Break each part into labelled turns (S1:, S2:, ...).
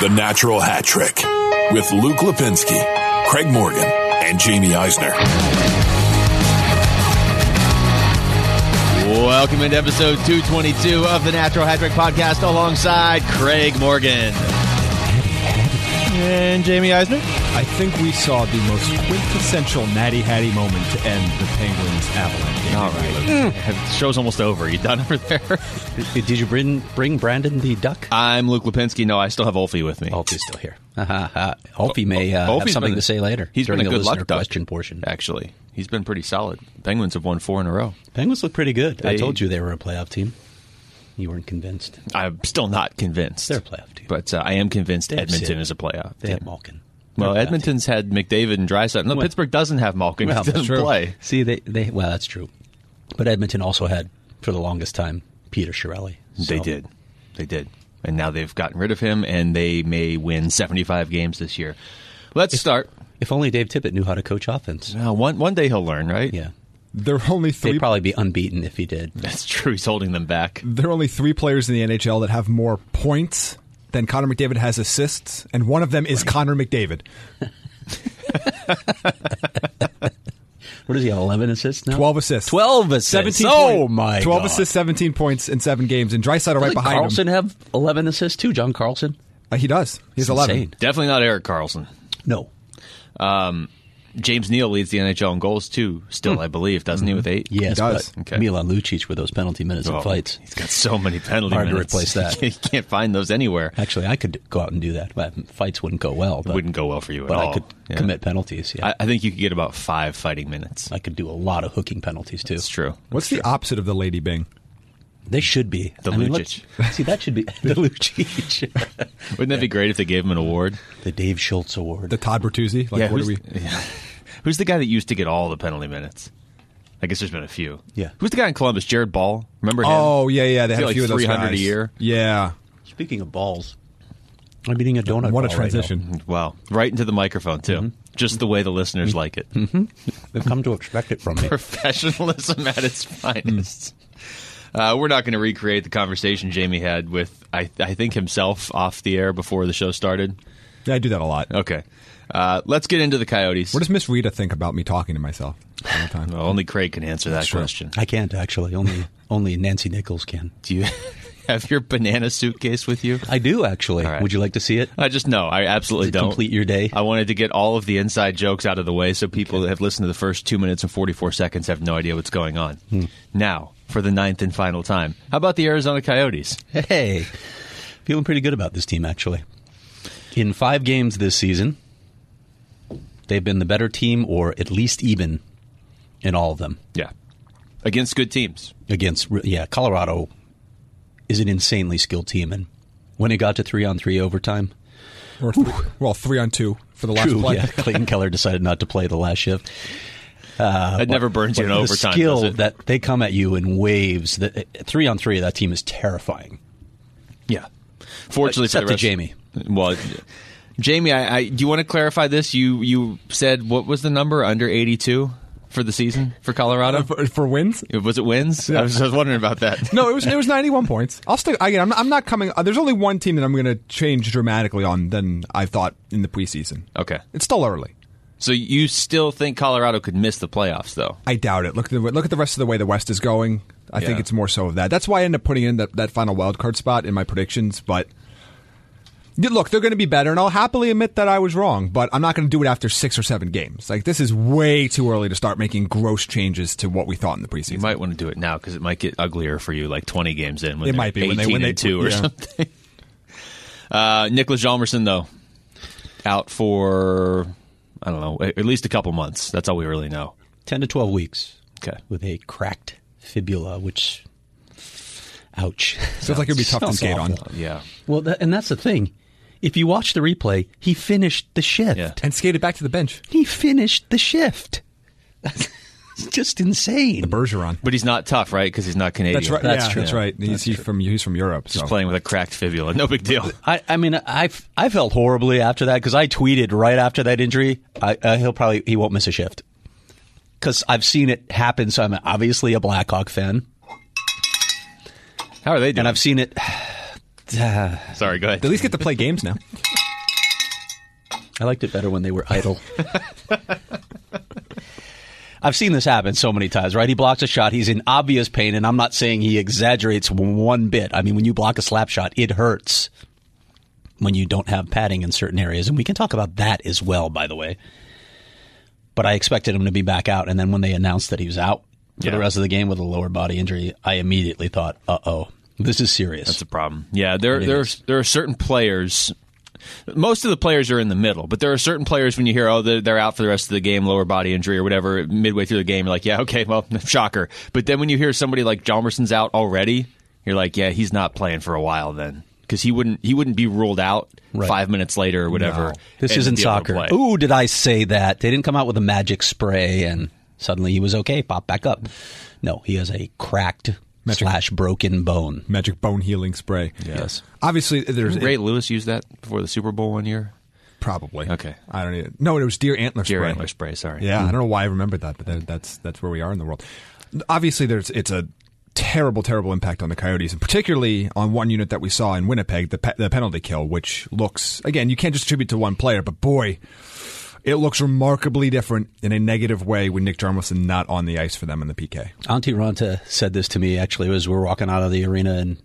S1: The Natural Hat Trick with Luke Lipinski, Craig Morgan, and Jamie Eisner.
S2: Welcome into episode 222 of the Natural Hat Trick Podcast alongside Craig Morgan. And Jamie Eisner.
S3: I think we saw the most quintessential Natty Hattie moment to end the Penguins avalanche. game.
S2: All right. Mm. The show's almost over. You done over there?
S4: Did you bring bring Brandon the duck?
S2: I'm Luke Lipinski. No, I still have Olfie with me.
S4: Alfie's still here. Alfie may uh, have
S2: Alfie's
S4: something
S2: been-
S4: to say later.
S2: he's been
S4: during
S2: a
S4: the
S2: good luck
S4: listener
S2: duck.
S4: question portion.
S2: Actually, he's been pretty solid. Penguins have won four in a row.
S4: Penguins look pretty good. I
S2: They-
S4: told you they were a playoff team. You weren't convinced.
S2: I'm still not convinced.
S4: They're a playoff team.
S2: But uh, I am convinced
S4: They have
S2: Edmonton
S4: Sid.
S2: is a playoff
S4: They
S2: team.
S4: have Malkin. They're
S2: Well,
S4: a playoff
S2: Edmonton's had McDavid and Drysdale. No,
S4: Well-
S2: Pittsburgh doesn't have Malkin.
S4: team. Well,
S2: he doesn't
S4: that's true.
S2: play.
S4: See, they they well, that's true. But Edmonton also had for the longest time Peter Shirelli.
S2: They
S4: So-
S2: did. They did. And now they've gotten rid of him, and they may win 75 games this year. Let's start.
S4: If only Dave Tippett knew how to coach offense.
S2: Now, one, one day he'll learn, right?
S4: Yeah.
S3: There are only
S4: They'd
S3: three.
S4: probably be unbeaten if he did.
S2: That's true. He's holding them back.
S3: there are only three players in the NHL that have more points than Connor McDavid has assists, and one of them is Connor McDavid.
S4: What does he have? Eleven assists now.
S3: Twelve assists,
S4: Twelve assists. Oh
S3: point-
S4: my!
S3: Twelve
S4: God.
S3: assists, seventeen points in seven games, and Drysdale right
S4: Doesn't
S3: behind
S4: Carlson
S3: him.
S4: have 11 assists too? John Carlson?
S3: Uh, he does. He's
S4: It's
S3: eleven.
S4: insane.
S2: Definitely not Eric Carlson.
S4: No.
S2: James Neal leads the NHL in goals, too, still, I believe, doesn't he, with eight?
S4: Hmm. Yes,
S3: does.
S4: but
S2: Okay.
S4: Milan Lucic with those penalty minutes
S2: Oh,
S4: and fights.
S2: He's got so many penalty
S4: Hard to
S2: minutes.
S4: replace that.
S2: you can't find those anywhere.
S4: Actually, I could go out and do that, but fights wouldn't go well. But,
S2: Wouldn't go well for you at
S4: But
S2: all.
S4: I could
S2: Yeah.
S4: commit penalties. Yeah,
S2: I, I think you could get about five fighting minutes.
S4: I, could do a lot of hooking penalties too.
S2: It's true.
S3: What's the opposite of the Lady Bing?
S4: They should be
S2: The
S4: let's- See, that should be the Lucic,
S2: Wouldn't that be great if they gave him an award?
S4: the Dave Schultz Award.
S3: The Todd Bertuzzi? Like, what are
S2: who's,
S3: we?
S2: yeah. Who's the guy that used to get all the penalty minutes? I guess there's been a few.
S4: Yeah.
S2: Who's the guy in Columbus? Jared Ball. Remember him?
S3: Oh yeah, yeah. They
S2: Is
S3: had
S2: he
S3: a
S2: like
S3: few of those
S2: 300 a
S3: guys.
S2: year?
S3: Yeah.
S4: Speaking of balls, I'm eating a donut.
S3: What a
S4: ball right now.
S3: transition.
S2: Wow. Right into the microphone, too. Just the way the listeners like it.
S4: They've come to expect it from me.
S2: Professionalism at its finest. Uh, we're not going to recreate the conversation Jamie had with, I, I think, himself off the air before the show started.
S3: Yeah, I do that a lot.
S2: Okay. Uh, let's get into the Coyotes.
S3: What does Miss Rita think about me talking to myself all the time?
S2: Well, only Craig can answer that
S3: Sure.
S2: question.
S4: I can't actually. Only only Nancy Nichols can.
S2: Do you have your banana suitcase with you?
S4: I do actually.
S2: All right.
S4: Would you like to see it?
S2: I just no, I absolutely
S4: Does it
S2: don't
S4: complete your day?
S2: I wanted to get all of the inside jokes out of the way so people that have listened to the first two minutes and forty four seconds have no idea what's going on.
S4: Hmm.
S2: Now, for the ninth and final time, how about the Arizona Coyotes?
S4: Hey, feeling pretty good about this team, actually. In five games this season, they've been the better team, or at least even in all of them.
S2: Yeah, against good teams.
S4: Against, yeah, Colorado is an insanely skilled team. And when it got to three on three overtime,
S3: Or th- well, three on two for the last
S4: true,
S3: play.
S4: yeah, Clayton Keller decided not to play the last shift. Uh,
S2: that never burns you in
S4: But the
S2: overtime.
S4: skill
S2: does it?
S4: that they come at you in waves. That eh, three on three, that team is terrifying.
S2: yeah. Fortunately,
S4: Except
S2: for the
S4: to
S2: rest,
S4: Jamie.
S2: Well, Jamie, I, I do you want to clarify this? You you said what was the number under eighty two for the season for Colorado?
S3: Uh, for, for wins?
S2: was it wins? I, was, I was wondering about that.
S3: No, it was it was ninety one points. I'll stick again. I'm not, I'm not coming. Uh, there's only one team that I'm going to change dramatically on than I thought in the preseason.
S2: Okay.
S3: It's still early.
S2: So you still think Colorado could miss the playoffs, though?
S3: I doubt it. Look at the look at the rest of the way the West is going. I
S2: Yeah.
S3: think it's more so of that. That's why I end up putting in that, that final wild card spot in my predictions. But Yeah, Look, they're going to be better, and I'll happily admit that I was wrong, but I'm not going to do it after six or seven games. Like, this is way too early to start making gross changes to what we thought in the preseason.
S2: You might want to do it now because it might get uglier for you like 20 games in. When
S3: It
S2: they're
S3: might be,
S2: 18
S3: when they- when they-
S2: and 2 or
S3: yeah.
S2: something. Uh, Nicholas Jalmerson, though, out for, I don't know, at least a couple months. That's all we really know.
S4: 10 to 12 weeks
S2: Okay.
S4: with a cracked fibula, which, ouch.
S3: Sounds like it'd be tough to
S4: Sounds
S3: skate on.
S4: awful.
S2: Yeah.
S4: Well, tha- and that's the thing. If you watch the replay, he finished the shift.
S2: Yeah.
S3: and skated back to the bench.
S4: He finished the shift. That's just insane.
S3: The Bergeron.
S2: But he's not tough, right? Because he's not Canadian.
S3: That's right.
S4: That's
S3: yeah,
S4: true.
S3: That's right. He's, he's from he's from Europe. So.
S2: Just playing with a cracked fibula. No big deal.
S4: I, I mean, I, I felt horribly after that because I tweeted right after that injury. I, uh, he'll probably he won't miss a shift because I've seen it happen. So I'm obviously a Blackhawk fan,
S2: How are they doing?
S4: and I've seen it. I
S2: Sorry, go ahead.
S3: They at least get to play games now.
S4: liked it better when they were idle. I've seen this happen so many times, right? He blocks a shot. He's in obvious pain, and I'm not saying he exaggerates one bit. I mean, when you block a slap shot, it hurts when you don't have padding in certain areas. And we can talk about that as well, by the way. But I expected him to be back out. And then when they announced that he was out for
S2: Yeah.
S4: the rest of the game with a lower body injury, I immediately thought, uh oh, this is serious.
S2: That's a problem. Yeah, there
S4: It
S2: there are,
S4: is.
S2: there are certain players. Most of the players are in the middle, but there are certain players when you hear, oh, they're, they're out for the rest of the game, lower body injury or whatever, midway through the game, you're like, yeah, okay, well, shocker. But then when you hear somebody like Jalmerson's out already, you're like, yeah, he's not playing for a while then. Because he wouldn't, he wouldn't be ruled out
S4: Right.
S2: five minutes later or whatever.
S4: This
S2: and
S4: isn't
S2: be able to
S4: soccer.
S2: play.
S4: Ooh, did I say that? They didn't come out with a magic spray and suddenly he was okay, pop back up. No, he has a cracked slash broken bone.
S3: Magic bone healing spray.
S4: Yes.
S3: Obviously, there's
S2: Ray Lewis used that before the Super Bowl one year.
S3: probably.
S2: Okay.
S3: I don't know. No, it was deer antler
S2: Deer
S3: spray.
S2: antler spray, sorry. Hmm.
S3: Yeah, I don't know why I remembered that, but that, that's that's where we are in the world. Obviously, there's it's a terrible, terrible impact on the Coyotes, and particularly on one unit that we saw in Winnipeg, the, pe- the penalty kill, which looks again you can't just attribute to one player, but boy, it looks remarkably different in a negative way with Nick Jarmuson not on the ice for them in the PK.
S4: Auntie Ranta said this to me actually as we were walking out of the arena in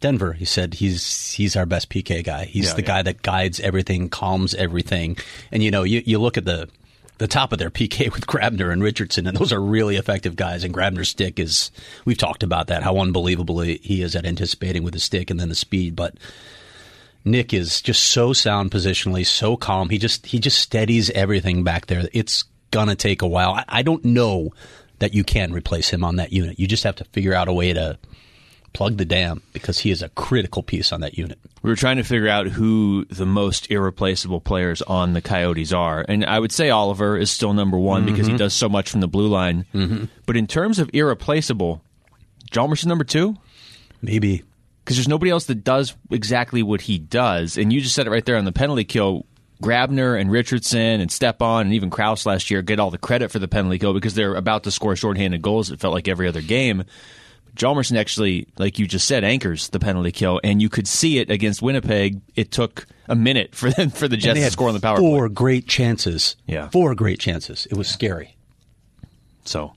S4: Denver. He said he's he's our best PK guy. He's the guy that guides everything, calms everything. And you know, you, you look at the the top of their PK with Grabner and Richardson, and those are really effective guys. And Grabner's stick is we've talked about that, how unbelievable he he is at anticipating with his stick and then the speed, but Nick is just so sound positionally, so calm. He just he just steadies everything back there. It's gonna take a while. I, I don't know that you can replace him on that unit. You just have to figure out a way to plug the dam because he is a critical piece on that unit.
S2: We were trying to figure out who the most irreplaceable players on the Coyotes are. And I would say Oliver is still number one because he does so much from the blue line. But in terms of irreplaceable, Jalmerson number two?
S4: Maybe
S2: Because there's nobody else that does exactly what he does. And you just said it right there on the penalty kill. Grabner and Richardson and Stepan and even Kraus last year get all the credit for the penalty kill because they're about to score shorthanded goals. It felt like every other game. Jalmerson actually, like you just said, anchors the penalty kill, and you could see it against Winnipeg. It took a minute for them for the
S4: And
S2: Jets to score on the power play.
S4: four great chances.
S2: Yeah.
S4: four great chances. It was scary.
S2: So,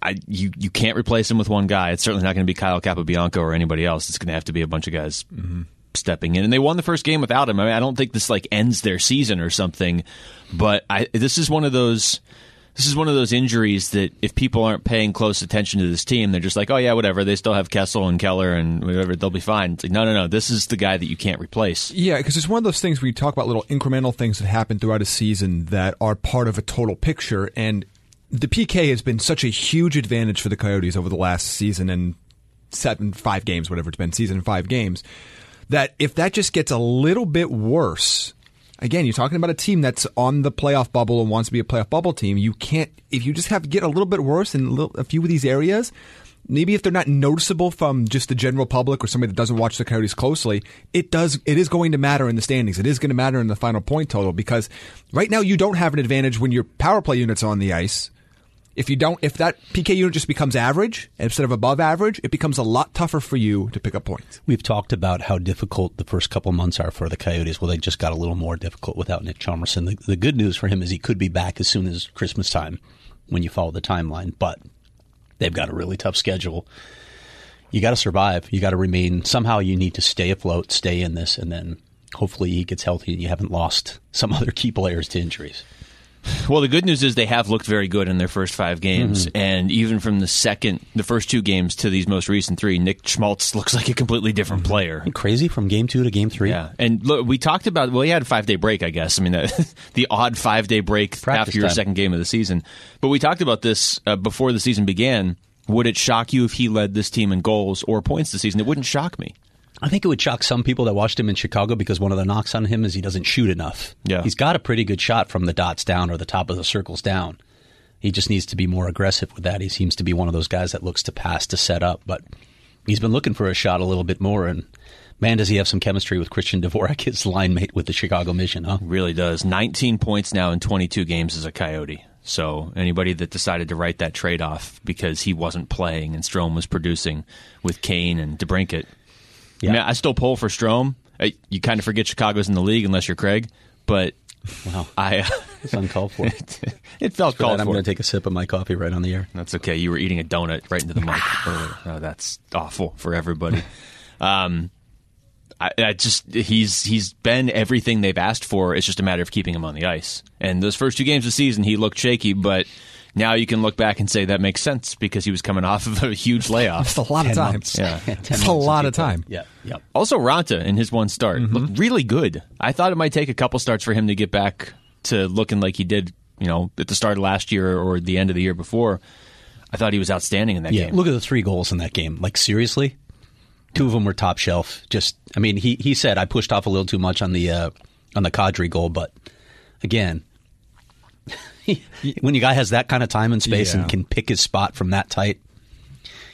S2: I you you can't replace him with one guy. It's certainly not going to be Kyle Capobianco or anybody else. It's going to have to be a bunch of guys stepping in. And they won the first game without him. I mean, I don't think this like ends their season or something. But I this is one of those. This is one of those injuries that if people aren't paying close attention to this team, they're just like, oh yeah, whatever. They still have Kessel and Keller and whatever. They'll be fine. It's like, no, no, no. This is the guy that you can't replace.
S3: Yeah, because it's one of those things where you talk about little incremental things that happen throughout a season that are part of a total picture. And the PK has been such a huge advantage for the Coyotes over the last season and seven, five games, whatever it's been, season and five games, that if that just gets a little bit worse, again, you're talking about a team that's on the playoff bubble and wants to be a playoff bubble team. You can't, if you just have get a little bit worse in a little- a few of these areas, maybe if they're not noticeable from just the general public or somebody that doesn't watch the Coyotes closely, it does it is going to matter in the standings. It is going to matter in the final point total because right now you don't have an advantage when your power play unit's on the ice. If you don't if that PK unit just becomes average instead of above average, it becomes a lot tougher for you to pick up points.
S4: We've talked about how difficult the first couple months are for the Coyotes. Well, they just got a little more difficult without Nick Chalmerson. The, the good news for him is he could be back as soon as Christmas time when you follow the timeline, but they've got a really tough schedule. You got to survive. You got to remain. Somehow you need to stay afloat, stay in this, and then hopefully he gets healthy and you haven't lost some other key players to injuries.
S2: Well, the good news is they have looked very good in their first five games,
S4: Mm-hmm.
S2: and even from the second, the first two games to these most recent three, Nick Schmaltz looks like a completely different
S4: Mm-hmm.
S2: player.
S4: Crazy from game two to game three.
S2: Yeah, and look, we talked about well, he had a five day break, I guess. I mean, the, the odd five day break
S4: Practice
S2: after your
S4: time.
S2: second game of the season. But we talked about this uh, before the season began. Would it shock you if he led this team in goals or points this season? It wouldn't shock me.
S4: I think it would shock some people that watched him in Chicago because one of the knocks on him is he doesn't shoot enough.
S2: Yeah.
S4: He's got a pretty good shot from the dots down or the top of the circles down. He just needs to be more aggressive with that. He seems to be one of those guys that looks to pass to set up, but he's been looking for a shot a little bit more. And man, does he have some chemistry with Christian Dvorak, his line mate with the Chicago Mission, huh?
S2: Really does. 19 points now in 22 games as a Coyote. So anybody that decided to write that trade off because he wasn't playing and Strom was producing with Kane and DeBrinket. Yeah. I, mean, I still pull for Strom. I, you kind of forget Chicago's in the league unless you're Craig, but
S4: Wow.
S2: I
S4: It's uncalled for.
S2: it felt
S4: For
S2: called
S4: that,
S2: for.
S4: I'm going to take a sip of my coffee right on the air.
S2: That's okay. You were eating a donut right into the mic earlier. Oh, that's awful for everybody. Um, I, I just he's he's been everything they've asked for. It's just a matter of keeping him on the ice. And those first two games of the season, he looked shaky, but now you can look back and say that makes sense because he was coming off of a huge layoff.
S3: That's a lot of time.
S2: Yeah.
S3: That's a lot of time.
S4: Yep. Yep.
S2: Also, Ranta in his one start looked really good. I thought it might take a couple starts for him to get back to looking like he did, you know, at the start of last year or the end of the year before. I thought he was outstanding in that
S4: Yeah,
S2: game.
S4: look at the three goals in that game. Like seriously, two of them were top shelf. Just, I mean, he he said I pushed off a little too much on the uh, on the Kadri goal, but again, when your guy has that kind of time and space
S3: Yeah.
S4: and can pick his spot from that tight,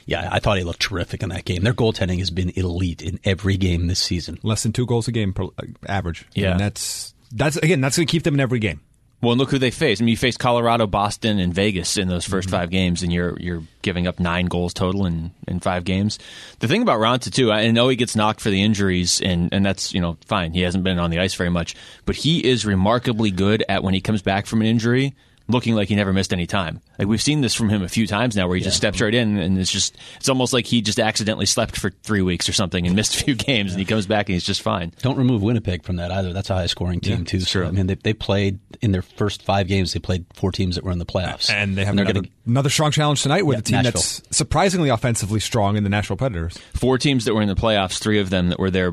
S4: yeah, I thought he looked terrific in that game. Their goaltending has been elite in every game this season.
S3: Less than two goals a game per, uh, average.
S2: Yeah.
S3: and that's that's again that's going to keep them in every game.
S2: Well, and look who they faced. I mean, you faced Colorado, Boston, and Vegas in those 1st five games, and you're you're giving up nine goals total in, in five games. The thing about Ronta too, I know he gets knocked for the injuries, and and that's you know fine. He hasn't been on the ice very much, but he is remarkably good at when he comes back from an injury, looking like he never missed any time. Like we've seen this from him a few times now, where he just steps right in, and it's just it's almost like he just accidentally slept for three weeks or something and missed a few games, and he comes back and he's just fine.
S4: Don't remove Winnipeg from that either. That's a high scoring team too. So, I mean, they they played in their first five games. They played four teams that were in the playoffs,
S3: And they have
S4: they're
S3: another,
S4: gonna-
S3: another strong challenge tonight with
S4: Yeah,
S3: a team
S4: Nashville.
S3: that's surprisingly offensively strong in the Nashville Predators.
S2: four teams that were in the playoffs, three of them that were there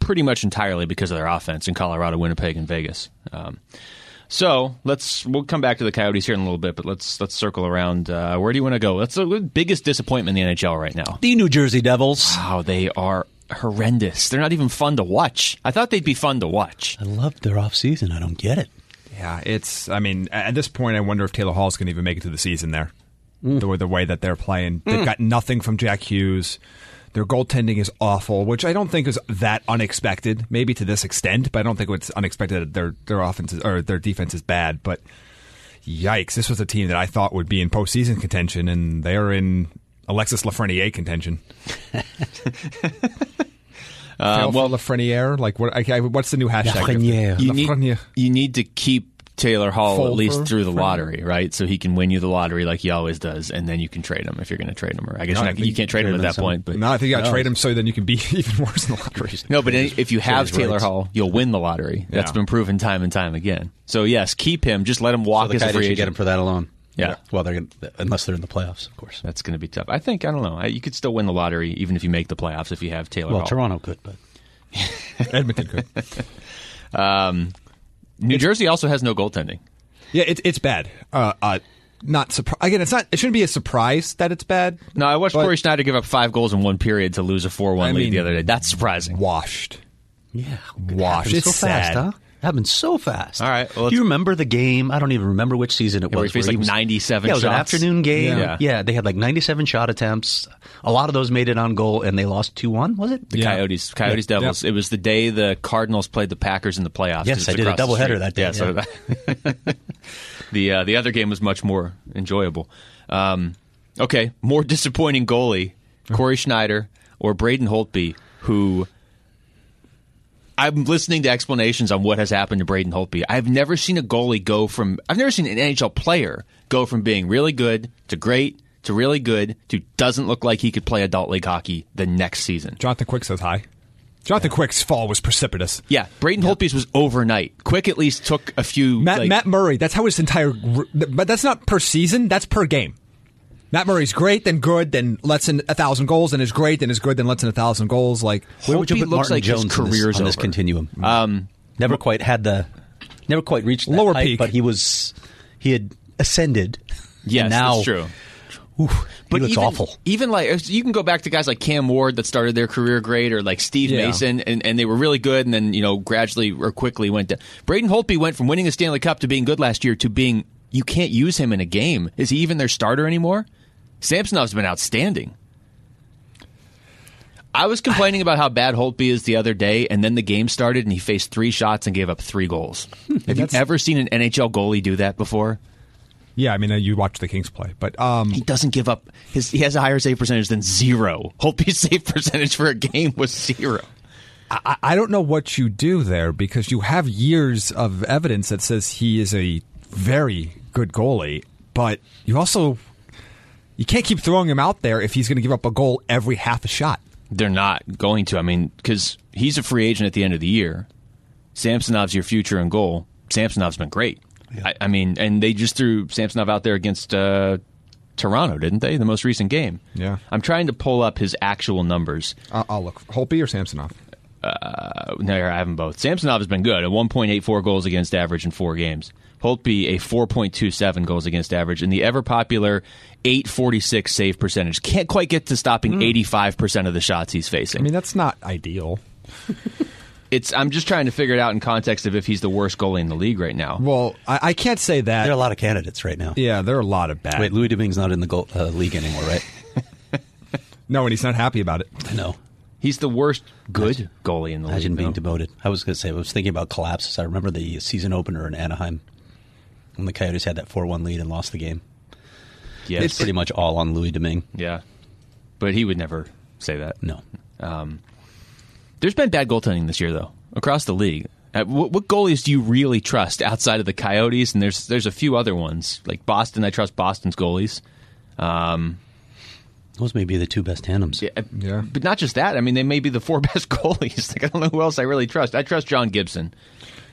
S2: pretty much entirely because of their offense in Colorado, Winnipeg, and Vegas. Um, so let's we'll come back to the Coyotes here in a little bit, but let's let's circle around. Uh, where do you want to go? That's the biggest disappointment in the NHL right now.
S4: the New Jersey Devils.
S2: Wow, they are horrendous. They're not even fun to watch. I thought they'd be fun to watch.
S4: I love their off season. I don't get it.
S3: Yeah, it's. I mean, at this point, I wonder if Taylor Hall's going to even make it to the season there. The, the way that they're playing, they've got nothing from Jack Hughes. Their goaltending is awful, which I don't think is that unexpected. Maybe to this extent, but I don't think it's unexpected that their their offense is, or their defense is bad. But yikes, this was a team that I thought would be in postseason contention, and they're in Alexis Lafreniere contention. uh, well, Lafreniere, like what? I, I- what's the new hashtag?
S4: Lafreniere.
S2: You need,
S3: Lafreniere.
S2: you need to keep Taylor Hall at
S3: Fulper,
S2: least through the
S3: Fulper.
S2: lottery, right? So he can win you the lottery like he always does, and then you can trade him if you're going to trade him. Or I guess you're
S3: No, I
S2: not,
S3: think
S2: you can't trade him at
S4: him
S2: that
S4: some-
S2: point. But
S3: No, I think you got to trade him so then you can be even worse in the lottery.
S2: No, but any- if you have
S4: his rights.
S2: Taylor Hall, you'll win the lottery. That's
S3: Yeah.
S2: been proven time and time again. So yes, keep him. Just let him walk
S4: the
S2: as a
S4: Coyotes
S2: free
S4: should
S2: agent.
S4: get him for that alone.
S2: Yeah.
S4: Well, they're gonna, unless they're in the playoffs, of course.
S2: That's going to be tough. I think I don't know. I, you could still win the lottery even if you make the playoffs if you have Taylor
S4: Well,
S2: Hall.
S4: Toronto could, but
S3: Edmonton could.
S2: New Jersey also has no goaltending.
S3: Yeah, it's it's bad. Uh, uh, not surpri- again. It's not. It shouldn't be a surprise that it's bad.
S2: No, I watched
S3: But-
S2: Corey Schneider give up five goals in one period to lose a four-one
S3: I
S2: lead the
S3: mean-
S2: other day. That's surprising.
S3: Washed.
S4: yeah,
S3: Wash.
S4: It's so
S3: It's
S4: fast,
S3: sad.
S4: huh? Happened so fast.
S2: All right, well,
S4: Do you remember the game? I don't even remember which season it
S2: where he
S4: was.
S2: faced,
S4: he
S2: like, 97
S4: Yeah, it was an
S2: shots.
S4: afternoon game.
S2: Yeah.
S4: Yeah. they had like ninety-seven shot attempts. A lot of those made it on goal, and they lost two-one. Was it?
S2: The Coyotes, Coyotes,
S3: Yeah.
S2: Devils. It was the day the Cardinals played the Packers in the playoffs.
S4: Yes,
S2: It's
S4: I did a
S2: across the
S4: doubleheader
S2: street.
S4: that day,
S2: Yeah, so the uh, the other game was much more enjoyable. Um, okay, more disappointing goalie Corey Schneider or Braden Holtby, who I'm listening to explanations on what has happened to Braden Holtby. I've never seen a goalie go from I've never seen an NHL player go from being really good to great to really good to doesn't look like he could play adult league hockey the next season.
S3: Jonathan Quick says hi. Jonathan Quick's fall was precipitous.
S2: Yeah, Braden Holtby's was overnight. Quick at least took a few.
S3: Matt,
S2: like-
S3: Matt Murray, that's how his entire. But that's not per season, that's per game. Matt Murray's great, then good, then lets in a thousand goals, then is great, then is good, then lets in a thousand goals. Like
S4: Where would you
S2: Holtby
S4: put
S2: looks
S4: Martin
S2: like his
S4: Jones in this-
S2: career's
S4: on this
S2: over.
S4: continuum? Um, never quite had the, never quite reached that
S3: Lower
S4: height,
S3: peak.
S4: but he was he had ascended.
S2: Yes,
S4: and now,
S2: that's true.
S4: Ooh, he looks
S2: even,
S4: awful.
S2: Even like you can go back to guys like Cam Ward that started their career great, or like Steve
S3: Yeah.
S2: Mason, and, and they were really good, and then you know gradually or quickly went down. Braden Holtby went from winning a Stanley Cup to being good last year to being you can't use him in a game. Is he even their starter anymore? Samsonov's been outstanding. I was complaining about how bad Holtby is the other day, and then the game started, and he faced three shots and gave up three goals. Have you ever seen an NHL goalie do that before?
S3: Yeah, I mean, uh, you watch the Kings play, but um,
S2: he doesn't give up his he has a higher save percentage than zero. Holtby's save percentage for a game was zero.
S3: I, I don't know what you do there because you have years of evidence that says he is a very good goalie, but you also you can't keep throwing him out there if he's going to give up a goal every half a shot.
S2: They're not going to. I mean, because he's a free agent at the end of the year. Samsonov's your future in goal. Samsonov's been great. I, I mean, and they just threw Samsonov out there against uh, Toronto, didn't they? The most recent game.
S3: Yeah.
S2: I'm trying to pull up his actual numbers.
S3: I'll, I'll look Holtby or Samsonov.
S2: No, I have them both. Samsonov has been good at 1.84 goals against average in four games. Holtby a 4.27 goals against average and the ever popular 846 save percentage. Can't quite get to stopping
S4: Hmm.
S2: 85% of the shots he's facing.
S3: I mean, that's not ideal.
S2: it's I'm just trying to figure it out in context of if he's the worst goalie in the league right now.
S3: Well, I, I can't say that.
S4: There are a lot of candidates right now.
S3: yeah, there are a lot of bad.
S4: Wait, Louis Domingue's not in the goal, uh, league anymore, right?
S3: no, and he's not happy about it.
S4: I know.
S2: he's the worst good goalie in the
S4: Imagine
S2: league.
S4: being
S2: though.
S4: demoted. I was going to say, I was thinking about collapses. I remember the season opener in Anaheim when the Coyotes had that 4 1 lead and lost the game.
S2: yes.
S4: It's pretty much all on Louis Domingue.
S2: Yeah. But he would never say that.
S4: No.
S2: There's been bad goaltending this year, though, across the league. Uh, what, what goalies do you really trust outside of the Coyotes? And there's there's a few other ones like Boston. I trust Boston's goalies,
S4: Those may be the two best tandems.
S2: Uh,
S3: Yeah.
S2: but not just that. I mean, they may be the four best goalies. Like I don't know who else I really trust. I trust John Gibson.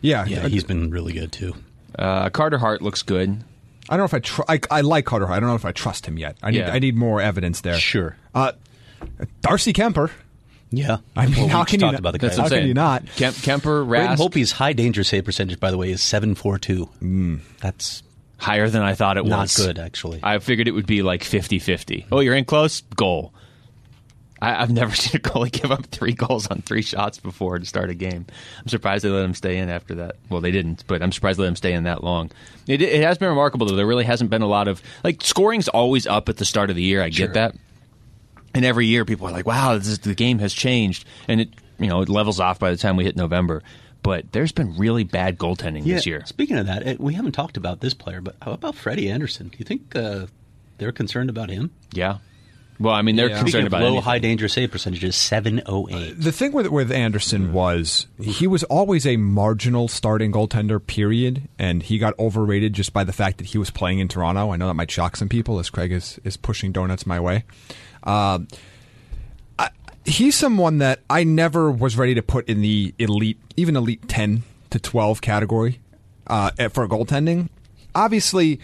S3: Yeah,
S4: Yeah, he's been really good too.
S2: Uh, Carter Hart looks good.
S3: I don't know if I, tr- I I like Carter. Hart. I don't know if I trust him yet. I need
S2: Yeah.
S3: I need more evidence there.
S4: Sure.
S3: Uh, Darcy Kemper.
S4: Yeah.
S3: I mean,
S4: Well, we
S3: how
S4: just
S3: can you
S4: talked
S3: not-
S4: about the
S2: That's what
S4: Coyotes.
S3: How
S2: I'm
S3: can
S2: saying.
S3: you not?
S2: Kemp, Kemper,
S4: Braden
S2: Rask,
S4: Holpe's high danger save percentage, by the way, is seven four two. That's
S2: higher than I thought it
S4: not
S2: was.
S4: good, actually.
S2: I figured it would be like 50-50. Oh, you're in close goal. I, I've never seen a goalie give up three goals on three shots before to start a game. I'm surprised they let him stay in after that. Well, they didn't, but I'm surprised they let him stay in that long. It, it has been remarkable though. There really hasn't been a lot of like scoring's always up at the start of the year. I get that, and every year people are like, "Wow, this is, the game has changed," and it you know it levels off by the time we hit November. But there's been really bad goaltending this year.
S4: Speaking of that, it, we haven't talked about this player, but how about Freddie Anderson? Do you think uh, they're concerned about him?
S2: Yeah. Well, I mean, they're concerned
S4: Speaking of
S2: about
S4: low
S2: anything.
S4: high danger save percentage is seven oh eight.
S3: The thing with with Anderson was he was always a marginal starting goaltender. Period, and he got overrated just by the fact that he was playing in Toronto. I know that might shock some people as Craig is is pushing donuts my way. Uh, I- he's someone that I never was ready to put in the elite, even elite ten to twelve category uh, at- for goaltending. Obviously.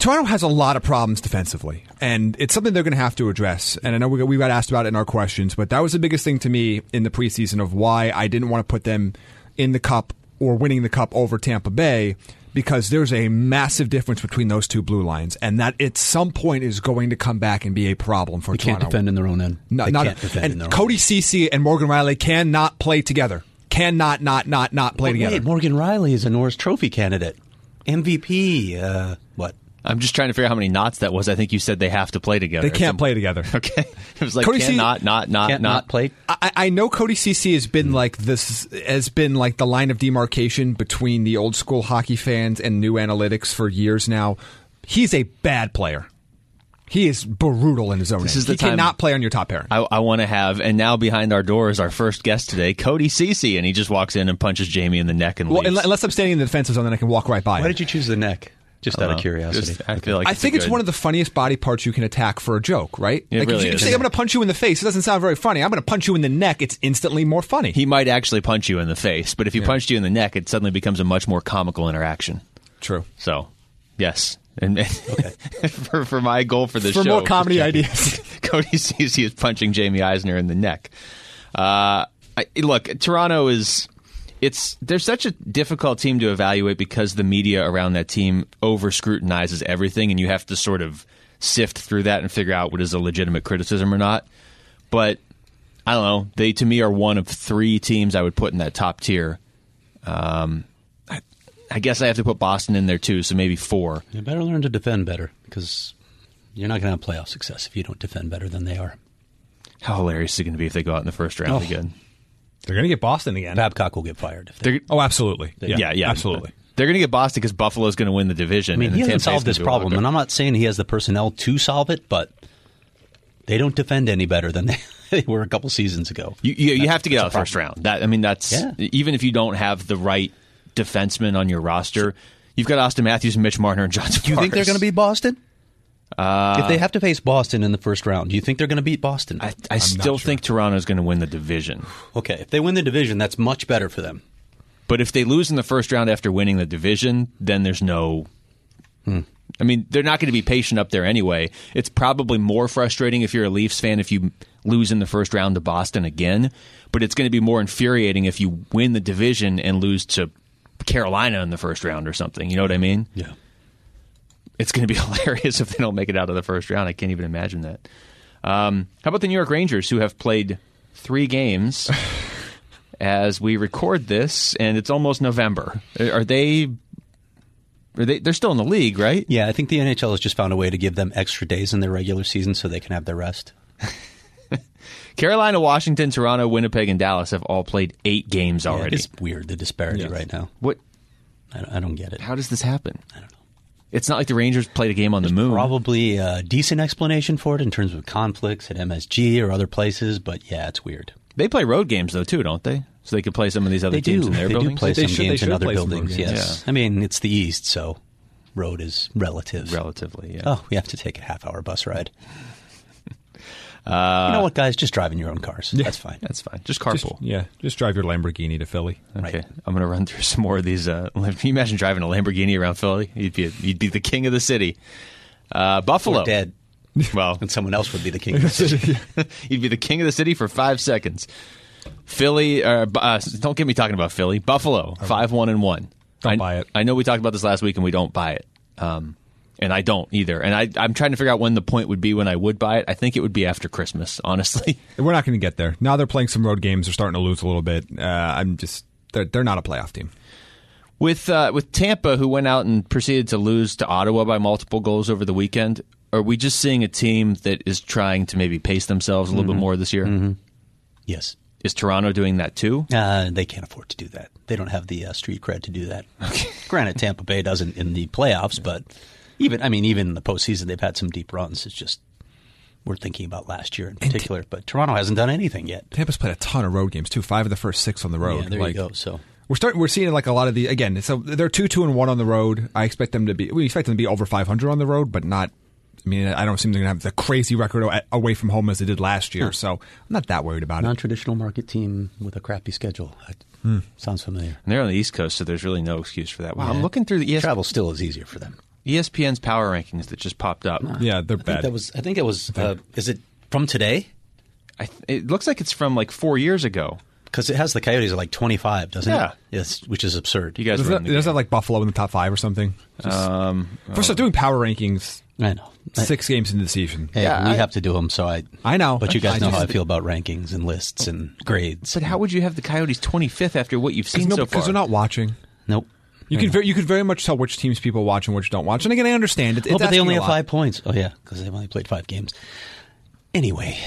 S3: Toronto has a lot of problems defensively, and it's something they're going to have to address. And I know we got, we got asked about it in our questions, but that was the biggest thing to me in the preseason of why I didn't want to put them in the cup or winning the cup over Tampa Bay because there's a massive difference between those two blue lines, and that at some point is going to come back and be a problem for
S4: They can't
S3: Toronto.
S4: defend in their own end.
S3: No,
S4: they
S3: not
S4: can't defend
S3: and
S4: in their
S3: Cody
S4: own
S3: Cece and Morgan Riley cannot play together. Cannot not not not play
S4: end. Oh, Wait,
S3: together.
S4: Morgan Riley is a Norris Trophy candidate, MVP. Uh, what?
S2: I'm just trying to figure out how many knots that was. I think you said they have to play together.
S3: they can't play together.
S2: Okay, it was like
S3: Cody
S2: can
S3: Se-
S2: not, not, not,
S4: Can't not play.
S3: I, I know Cody CC has
S2: Hmm.
S3: been like this has been like the line of demarcation between the old school hockey fans and new analytics for years now. He's a bad player. He is brutal in his own.
S2: This
S3: end.
S2: is the
S3: he
S2: time-
S3: cannot play on your top pairing.
S2: I, I want to have, and now behind our door is our first guest today, Cody Cece, and he just walks in and punches Jamie in the neck and
S3: well,
S2: leaves.
S3: unle- unless I'm standing in the defensive zone, then I can walk right by.
S4: Why
S3: him.
S4: did you choose the neck? Just
S2: I don't
S4: out of
S2: know.
S4: curiosity.
S2: Just- I feel like
S3: I think it's one of the funniest body parts you can attack for a joke, right?
S2: It
S3: like if
S2: really
S3: you
S2: is.
S3: say I'm going to punch you in the face, it doesn't sound very funny. I'm going to punch you in the neck, it's instantly more funny.
S2: He might actually punch you in the face, but if he punched you in the neck, it suddenly becomes a much more comical interaction.
S3: True.
S2: So, yes. And for, for my goal for this
S3: For
S2: show,
S3: more comedy
S2: Jackie,
S3: ideas.
S2: Cody sees he is punching Jamie Eisner in the neck. Uh, I, look, Toronto is it's they're such a difficult team to evaluate because the media around that team over scrutinizes everything, and you have to sort of sift through that and figure out what is a legitimate criticism or not. But I don't know. They to me are one of three teams I would put in that top tier. Um, I, I guess I have to put Boston in there too, so maybe four.
S4: You better learn to defend better because you're not going to have playoff success if you don't defend better than they are.
S2: How hilarious is it going to be if they go out in the first round
S3: Oh.
S2: again?
S3: They're going to get Boston again.
S4: Babcock will get fired. If they,
S2: They're,
S3: oh, absolutely. Yeah,
S2: yeah, yeah,
S3: absolutely.
S2: They're going to get Boston because Buffalo's going to win the division.
S4: I mean,
S2: and
S4: he
S2: then
S4: hasn't
S2: Tampa Bay's
S4: solved
S2: gonna
S4: this
S2: be a wild
S4: problem,
S2: card.
S4: and I'm not saying he has the personnel to solve it, but they don't defend any better than they, they were a couple seasons ago.
S2: You, you, you have to get out
S4: that's
S2: of
S4: a
S2: the first round. That I mean, that's
S4: Yeah.
S2: even if you don't have the right defenseman on your roster, you've got Austin Matthews, Mitch Marner, and John.
S4: Do you think they're going to beat Boston? Uh, if they have to face Boston in the first round, do you think they're going to beat Boston?
S2: I, I still think Toronto's going to win the division,
S4: okay, if they win the division, that's much better for them.
S2: but if they lose in the first round after winning the division, then there's no. I mean, they're not going to be patient up there anyway. It's probably more frustrating if you're a Leafs fan if you lose in the first round to Boston again, but it's going to be more infuriating if you win the division and lose to Carolina in the first round or something. You know what I mean?
S4: Yeah.
S2: it's going to be hilarious if they don't make it out of the first round. I can't even imagine that. Um, how about the New York Rangers, who have played three games as we record this, and it's almost November? Are they? Are they? They're still in the league, right?
S4: Yeah, I think the NHL has just found a way to give them extra days in their regular season so they can have their rest.
S2: Carolina, Washington, Toronto, Winnipeg, and Dallas have all played eight games
S4: Yeah,
S2: already.
S4: It's weird, the disparity right now.
S2: what?
S4: I don't, I don't get it.
S2: How does this happen? I don't know. It's not like the Rangers played a game on the moon.
S4: Probably a decent explanation for it in terms of conflicts at MSG or other places, but yeah, it's weird.
S2: They play road games though too, don't they? So they could play some of these other
S4: they
S2: teams
S4: do.
S2: in their
S4: they
S2: buildings.
S4: do play
S3: They
S4: some
S3: should- they
S4: games in
S3: should
S4: other
S3: play some road
S4: buildings.
S3: games.
S4: Yes, I mean it's the East, so road is relative.
S2: Relatively, yeah.
S4: Oh, we have to take a half-hour bus ride.
S3: Uh,
S4: you know what, guys? Just drive in your own cars. That's fine.
S2: That's fine. Just carpool.
S3: Just, yeah, just drive your Lamborghini to Philly.
S2: Okay, I'm going to run through some more of these. Uh, Lam- can you imagine driving a Lamborghini around Philly? You'd be you'd be the king of the city. Uh, Buffalo,
S4: We're dead,
S2: Well,
S4: and someone else would be the king. of the city.
S2: you'd be the king of the city for five seconds. Philly, uh, Bu- uh, don't get me talking about Philly. Buffalo, five one and one.
S3: Don't
S2: I,
S3: buy it.
S2: I know we talked about this last week, and we don't buy it. Um, and I don't either. And I, I'm trying to figure out when the point would be when I would buy it. I think it would be after Christmas, honestly.
S3: We're not going to get there. Now they're playing some road games. They're starting to lose a little bit. Uh, I'm just they're they're not a playoff team.
S2: With uh, with Tampa, who went out and proceeded to lose to Ottawa by multiple goals over the weekend, are we just seeing a team that is trying to maybe pace themselves a little bit more this year?
S4: yes,
S2: Is Toronto doing that too?
S4: uh, they can't afford to do that. They don't have the uh, street cred to do that. Granted, Tampa Bay doesn't in the playoffs, but even I mean, even in the postseason, they've had some deep runs. It's just we're thinking about last year in particular, but Toronto hasn't done anything yet.
S3: Tampa's played a ton of road games too. Five of the first six on the road.
S4: Yeah, there
S3: Like,
S4: you go. So
S3: We're starting. We're seeing like a lot of the again. So they're two, two, and one on the road. I expect them to be. We expect them to be over five hundred on the road, but not. I mean, I don't seem they're going to have the crazy record a- away from home as they did last year. So I'm not that worried about it.
S4: non-traditional market team with a crappy schedule. That
S3: Hmm.
S4: Sounds familiar.
S2: And they're on the East Coast, so there's really no excuse for that. Wow, I'm looking through the ES-
S4: Travel still is easier for them.
S2: ESPN's power rankings that just popped up.
S3: Yeah, they're
S4: I think
S3: bad.
S4: that was. I think it was. Uh, is it from today?
S2: I th- it looks like it's from like four years ago.
S4: Because it has the Coyotes at like twenty five, doesn't
S2: Yeah.
S4: it? Yes, which is absurd.
S2: You guys
S3: doesn't
S2: were in
S3: that,
S2: the
S3: doesn't that
S2: game.
S3: have, like Buffalo in the top five or something? First, I'm doing power rankings
S4: I know. I-
S3: six games into the season.
S4: Hey,
S2: Yeah,
S4: we
S2: I-
S4: have to do them. So I.
S3: I know.
S4: But you guys
S3: I
S4: know how I
S3: just-
S4: feel about rankings and lists and grades.
S2: But how would you have the Coyotes 25th after what you've
S3: Because
S2: seen
S3: no,
S2: so
S3: because
S2: far?
S3: they're not watching.
S4: Nope. Oh,
S3: You could very, you could very much tell which teams people watch and which don't watch. And again, I understand. It's,
S4: oh,
S3: it's
S4: but they
S3: asking
S4: only
S3: a
S4: have
S3: lot.
S4: five points. Oh yeah, because they've only played five games. Anyway,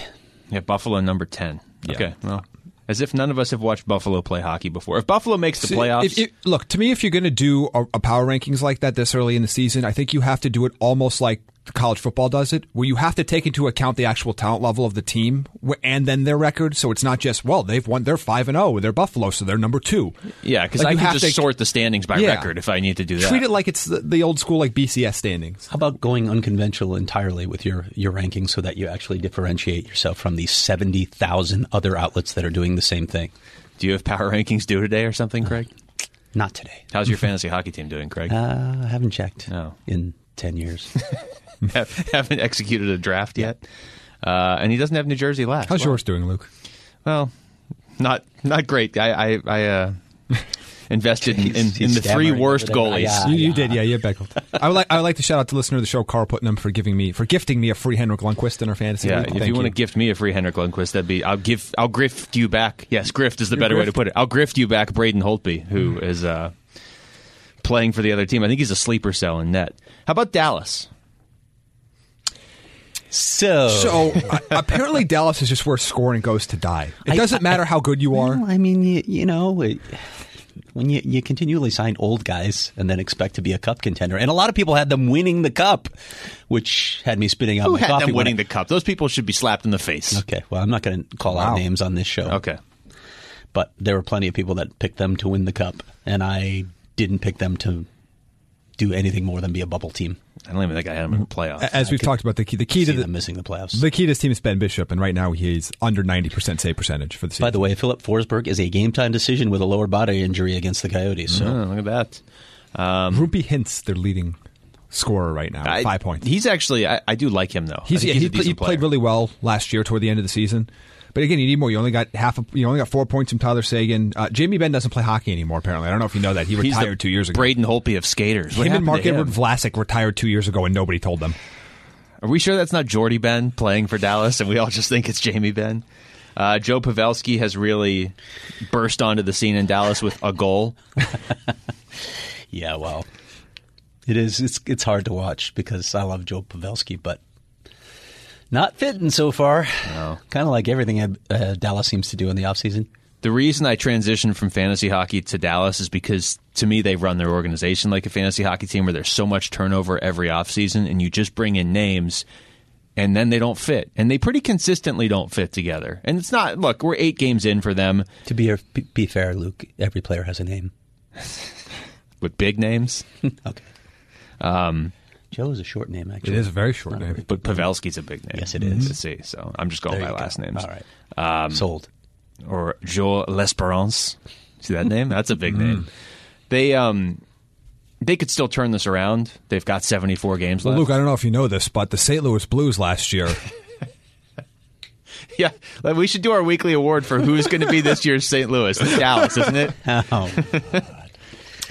S2: Yeah, Buffalo number 10. Okay, well, as if none of us have watched Buffalo play hockey before. If Buffalo makes the
S3: See,
S2: playoffs,
S3: if- if- look, to me, if you're going to do a, a power rankings like that this early in the season, I think you have to do it almost like college football does it, where you have to take into account the actual talent level of the team wh- and then their record. So it's not just well they've won, they're five and zero, they're Buffalo, so they're number two.
S2: Yeah, because
S3: Like, you
S2: I
S3: have
S2: can just
S3: to-
S2: sort the standings by
S3: Yeah.
S2: record if I need to do that.
S3: Treat it like it's the, the old school like BCS standings.
S4: How about going unconventional entirely with your, your rankings so that you actually differentiate yourself from the 70,000 other outlets that are doing the same thing?
S2: do you have power rankings due today or something, Craig?
S4: Not today.
S2: How's your fantasy hockey team doing, Craig?
S4: Uh, I haven't checked
S2: No.
S4: in 10 years.
S2: Have, haven't executed a draft yet, uh, and he doesn't have New Jersey last.
S3: How's
S2: Well,
S3: yours doing, Luke?
S2: Well, not not great. I I, I uh, invested in, in,
S4: He's
S2: in the three
S4: stammering
S2: worst
S4: over there.
S2: goalies.
S4: Yeah.
S3: You, you did, yeah, you beckled. I would like I would like to shout out to listener of the show Carl Putnam for giving me for gifting me a free Henrik Lundqvist in our fantasy.
S2: Yeah,
S3: league.
S2: if
S3: Thank
S2: you want to gift me a free Henrik Lundqvist, that'd be I'll give I'll grift you back. Yes, grift is the
S3: You're
S2: better way to
S3: grift. Hmm.
S2: put it. I'll grift you back, Braden Holtby, who is uh, playing for the other team. I think he's a sleeper cell in net. How about Dallas?
S4: so,
S2: Oh.
S3: So uh, apparently Dallas is just where scoring goes to die. It
S4: I-
S3: doesn't
S4: I-
S3: matter how good you are.
S4: Well, I mean, you, you know, it, when you, you continually sign old guys and then expect to be a cup contender, and a lot of people had them winning the cup, which had me spitting out
S2: Who
S4: my
S2: had
S4: coffee.
S2: them
S4: when
S2: winning
S4: I-
S2: the cup? Those people should be slapped in the face.
S4: Okay, well, I'm not going to call
S3: Wow.
S4: out names on this show.
S2: Okay.
S4: but there were plenty of people that picked them to win the cup, and I didn't pick them to do anything more than be a bubble team.
S2: I don't even think I had him in the playoffs.
S3: As we've talked about, the key, the key to
S4: See
S3: the,
S4: them missing the playoffs.
S3: the key to this team is Ben Bishop, and right now he's under ninety percent save percentage for the season.
S4: By the way, Philip Forsberg is a game time decision with a lower body injury against the Coyotes. So
S3: Mm.
S2: Oh, look at that. Um,
S3: Rumpy Hintz, their leading scorer right now,
S2: I-
S3: five points.
S2: He's actually, I, I do like him though. I
S3: He's,
S2: think
S3: yeah,
S2: he's
S3: he,
S2: a
S3: pla-
S2: decent
S3: he
S2: player.
S3: played really well last year toward the end of the season. But again, you need more. You only got half. A, you only got four points from Tyler Sagan. Uh, Jamie Ben doesn't play hockey anymore. Apparently, I don't know if you know that he
S2: He's the
S3: retired two years ago.
S2: Braden Holtby of skaters. What
S3: him
S2: happened to
S3: and Mark
S2: him?
S3: Edward Vlasic retired two years ago, and nobody told them.
S2: Are we sure that's not Jordy Ben playing for Dallas and we all just think it's Jamie Ben? Uh, Joe Pavelski has really burst onto the scene in Dallas with a goal.
S4: yeah, well, it is. It's it's hard to watch because I love Joe Pavelski, but not fitting so far. Kind of like everything uh, Dallas seems to do in the offseason.
S2: The reason I transitioned from fantasy hockey to Dallas is because to me they run their organization like a fantasy hockey team where there's so much turnover every offseason and you just bring in names and then they don't fit. And they pretty consistently don't fit together. And it's not look, we're 8 games in for them
S4: To be be fair, Luke, every player has a name.
S2: with big names,
S4: Okay. Joe is a short name, actually.
S3: Um, It is a very short name.
S2: but Pavelski's a big name.
S4: Yes, it is.
S2: To see. So, I'm just going
S4: There
S2: by
S4: you go.
S2: last names.
S4: All right. Sold.
S2: or Joel L'Esperance. See that name? That's a
S4: Mm.
S2: big name. They um they could still turn this around. They've got 74 games
S3: Well,
S2: left.
S3: Luke, I don't know if you know this, but the St. Louis Blues last year
S2: yeah, like, we should do our weekly award for who's going to be this year's St. Louis. It's Dallas, isn't it?
S4: Oh,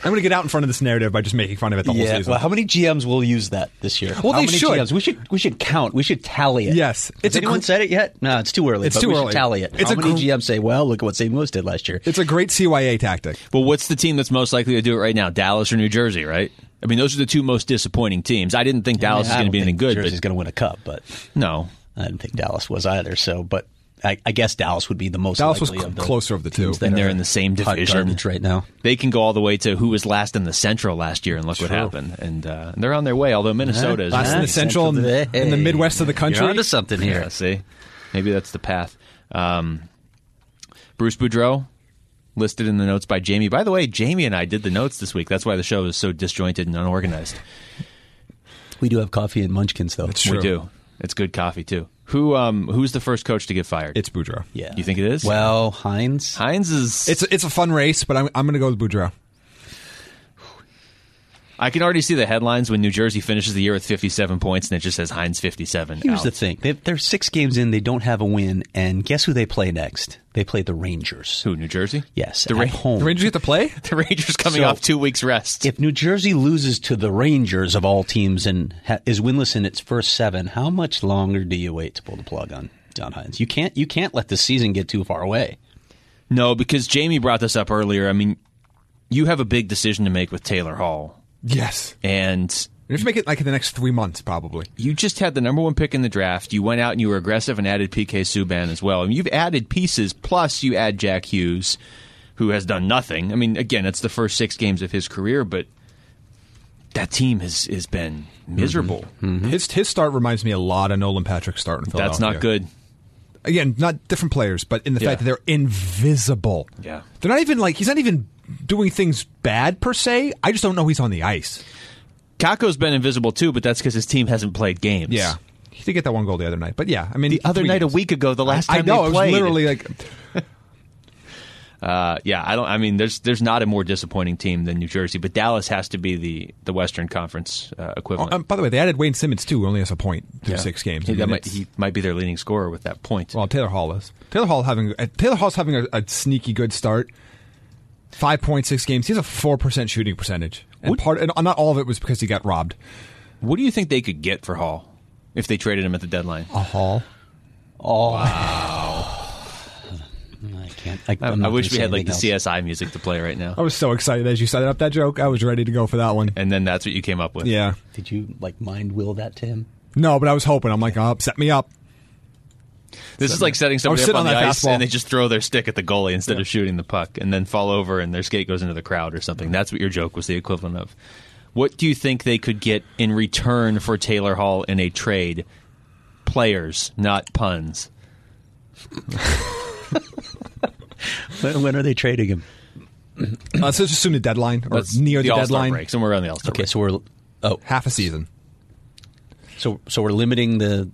S3: I'm going to get out in front of this narrative by just making fun of it the whole
S4: yeah.
S3: season.
S4: Well, how many GMs will use that this year?
S3: Well,
S4: How
S3: they
S4: many
S3: should.
S4: GMs? We should. We should count. We should tally it.
S3: Yes.
S4: Has
S3: It's a
S4: anyone
S3: gr-
S4: said it yet? No, it's too early.
S3: It's
S4: but
S3: too
S4: we should
S3: early.
S4: tally it.
S3: It's
S4: how
S3: a
S4: many
S3: gr-
S4: GMs say, "Well, look at what St. Louis did last year."
S3: it's a great CYA tactic.
S2: Well, what's the team that's most likely to do it right now? Dallas or New Jersey, right? I mean, those are the two most disappointing teams. I didn't think Dallas
S4: I
S2: is going to
S4: don't
S2: be any
S4: think
S2: good,
S4: Jersey's
S2: but
S4: going to win a cup, but
S2: no.
S4: I didn't think Dallas was either. So, but I, I guess Dallas would be the most.
S3: Dallas was
S4: likely
S3: cl-
S4: of the
S3: closer of the two.
S4: teams that
S2: And they're
S4: are
S2: in the same
S4: hot
S2: division.
S4: garbage right now.
S2: They can go all the way to who was last in the Central last year, and look what happened. And uh, they're on their way. Although Minnesota is
S3: Last in the
S2: nice.
S3: central, and
S4: Central-
S3: in the Midwest of the country.
S4: You're onto something here.
S2: Yeah, see, maybe that's the path. Um, Bruce Boudreau listed in the notes by Jamie. By the way, Jamie and I did the notes this week. That's why the show is so disjointed and unorganized.
S4: We do have coffee and munchkins, though.
S3: That's
S2: We
S3: True.
S2: do. It's good coffee too. Who um who's the first coach to get fired?
S3: It's Boudreaux.
S4: Yeah.
S2: You think it is?
S4: Well, Heinz.
S2: Heinz is.
S3: It's it's a fun race, but I'm I'm going to go with Boudreaux.
S2: I can already see the headlines when New Jersey finishes the year with 57 points, and it just says Heinz 57.
S4: Here's
S2: out.
S4: the thing: they, they're six games in. They don't have a win, and guess who they play next? They play the Rangers.
S2: Who New Jersey?
S4: Yes,
S2: the,
S4: at
S2: Ra-
S4: home.
S3: The Rangers get to play.
S2: the Rangers coming
S4: So-
S2: off two weeks rest.
S4: If New Jersey loses to the Rangers of all teams and ha- is winless in its first seven, how much longer do you wait to pull the plug on John Hines? You can't. You can't let the season get too far away.
S2: No, because Jamie brought this up earlier. I mean, you have a big decision to make with Taylor Hall,
S3: Yes.
S2: and
S3: You have to make it like in the next three months, probably.
S2: you just had the number one pick in the draft. You went out and you were aggressive and added PK Subban as well. And you've added pieces, plus you add Jack Hughes, who has done nothing. I mean, again, it's the first six games of his career, but that team has has been miserable.
S3: Mm-hmm. His his start reminds me a lot of Nolan Patrick's start in Philadelphia.
S2: That's not good.
S3: Again, not different players, but in the
S2: Yeah.
S3: fact that they're invisible.
S2: Yeah.
S3: they're not even like he's not even doing things bad per se. I just don't know he's on the ice.
S2: Kako's been invisible too, but that's because his team hasn't played games.
S3: he did get that one goal the other night. But yeah, I mean
S2: The other
S3: three
S2: night, a
S3: games.
S2: week ago, the last
S3: I
S2: time they
S3: know it was
S2: played.
S3: literally like
S2: Uh, yeah, I don't. I mean, there's there's not a more disappointing team than New Jersey, but Dallas has to be the the Western Conference uh, equivalent.
S3: Um, by the way, they added Wayne Simmons too. who Only has a point through
S2: Yeah.
S3: six games.
S2: He,
S3: I
S2: that
S3: mean,
S2: might,
S3: it's-
S2: he might be their leading scorer with that point.
S3: well, Taylor Hall is. Taylor Hall having uh, Taylor Hall's having a, a sneaky good start. Five point six games. He has a four percent shooting percentage, and part and not all of it was because he got robbed.
S2: what do you think they could get for Hall if they traded him at the deadline?
S3: A Hall.
S4: I can't. I,
S2: I,
S4: I'm not
S2: I wish
S4: gonna
S2: we
S4: say
S2: had like
S4: anything
S2: the
S4: else.
S2: CSI music to play right now,
S3: I was so excited as you set up that joke. I was ready to go for that one.
S2: and then that's what you came up with.
S3: Yeah.
S4: Did you like mind will that to him?
S3: No, but I was hoping. I'm like, oh, set me up.
S2: This is like setting somebody
S3: Oh,
S2: up
S3: sit
S2: on,
S3: on
S2: the
S3: that
S2: ice
S3: fastball.
S2: and they just throw their stick at the goalie instead of shooting the puck and then fall over and their skate goes into the crowd or something. That's what your joke was the equivalent of. What do you think they could get in return for Taylor Hall in a trade? Players, not puns.
S4: When, when are they trading him?
S3: Uh, let's just assume the deadline or
S2: That's
S3: near the,
S2: All-Star
S3: deadline.
S2: break, somewhere around the All-Star
S4: Okay, so we're oh,
S3: Half a season.
S4: so so we're limiting the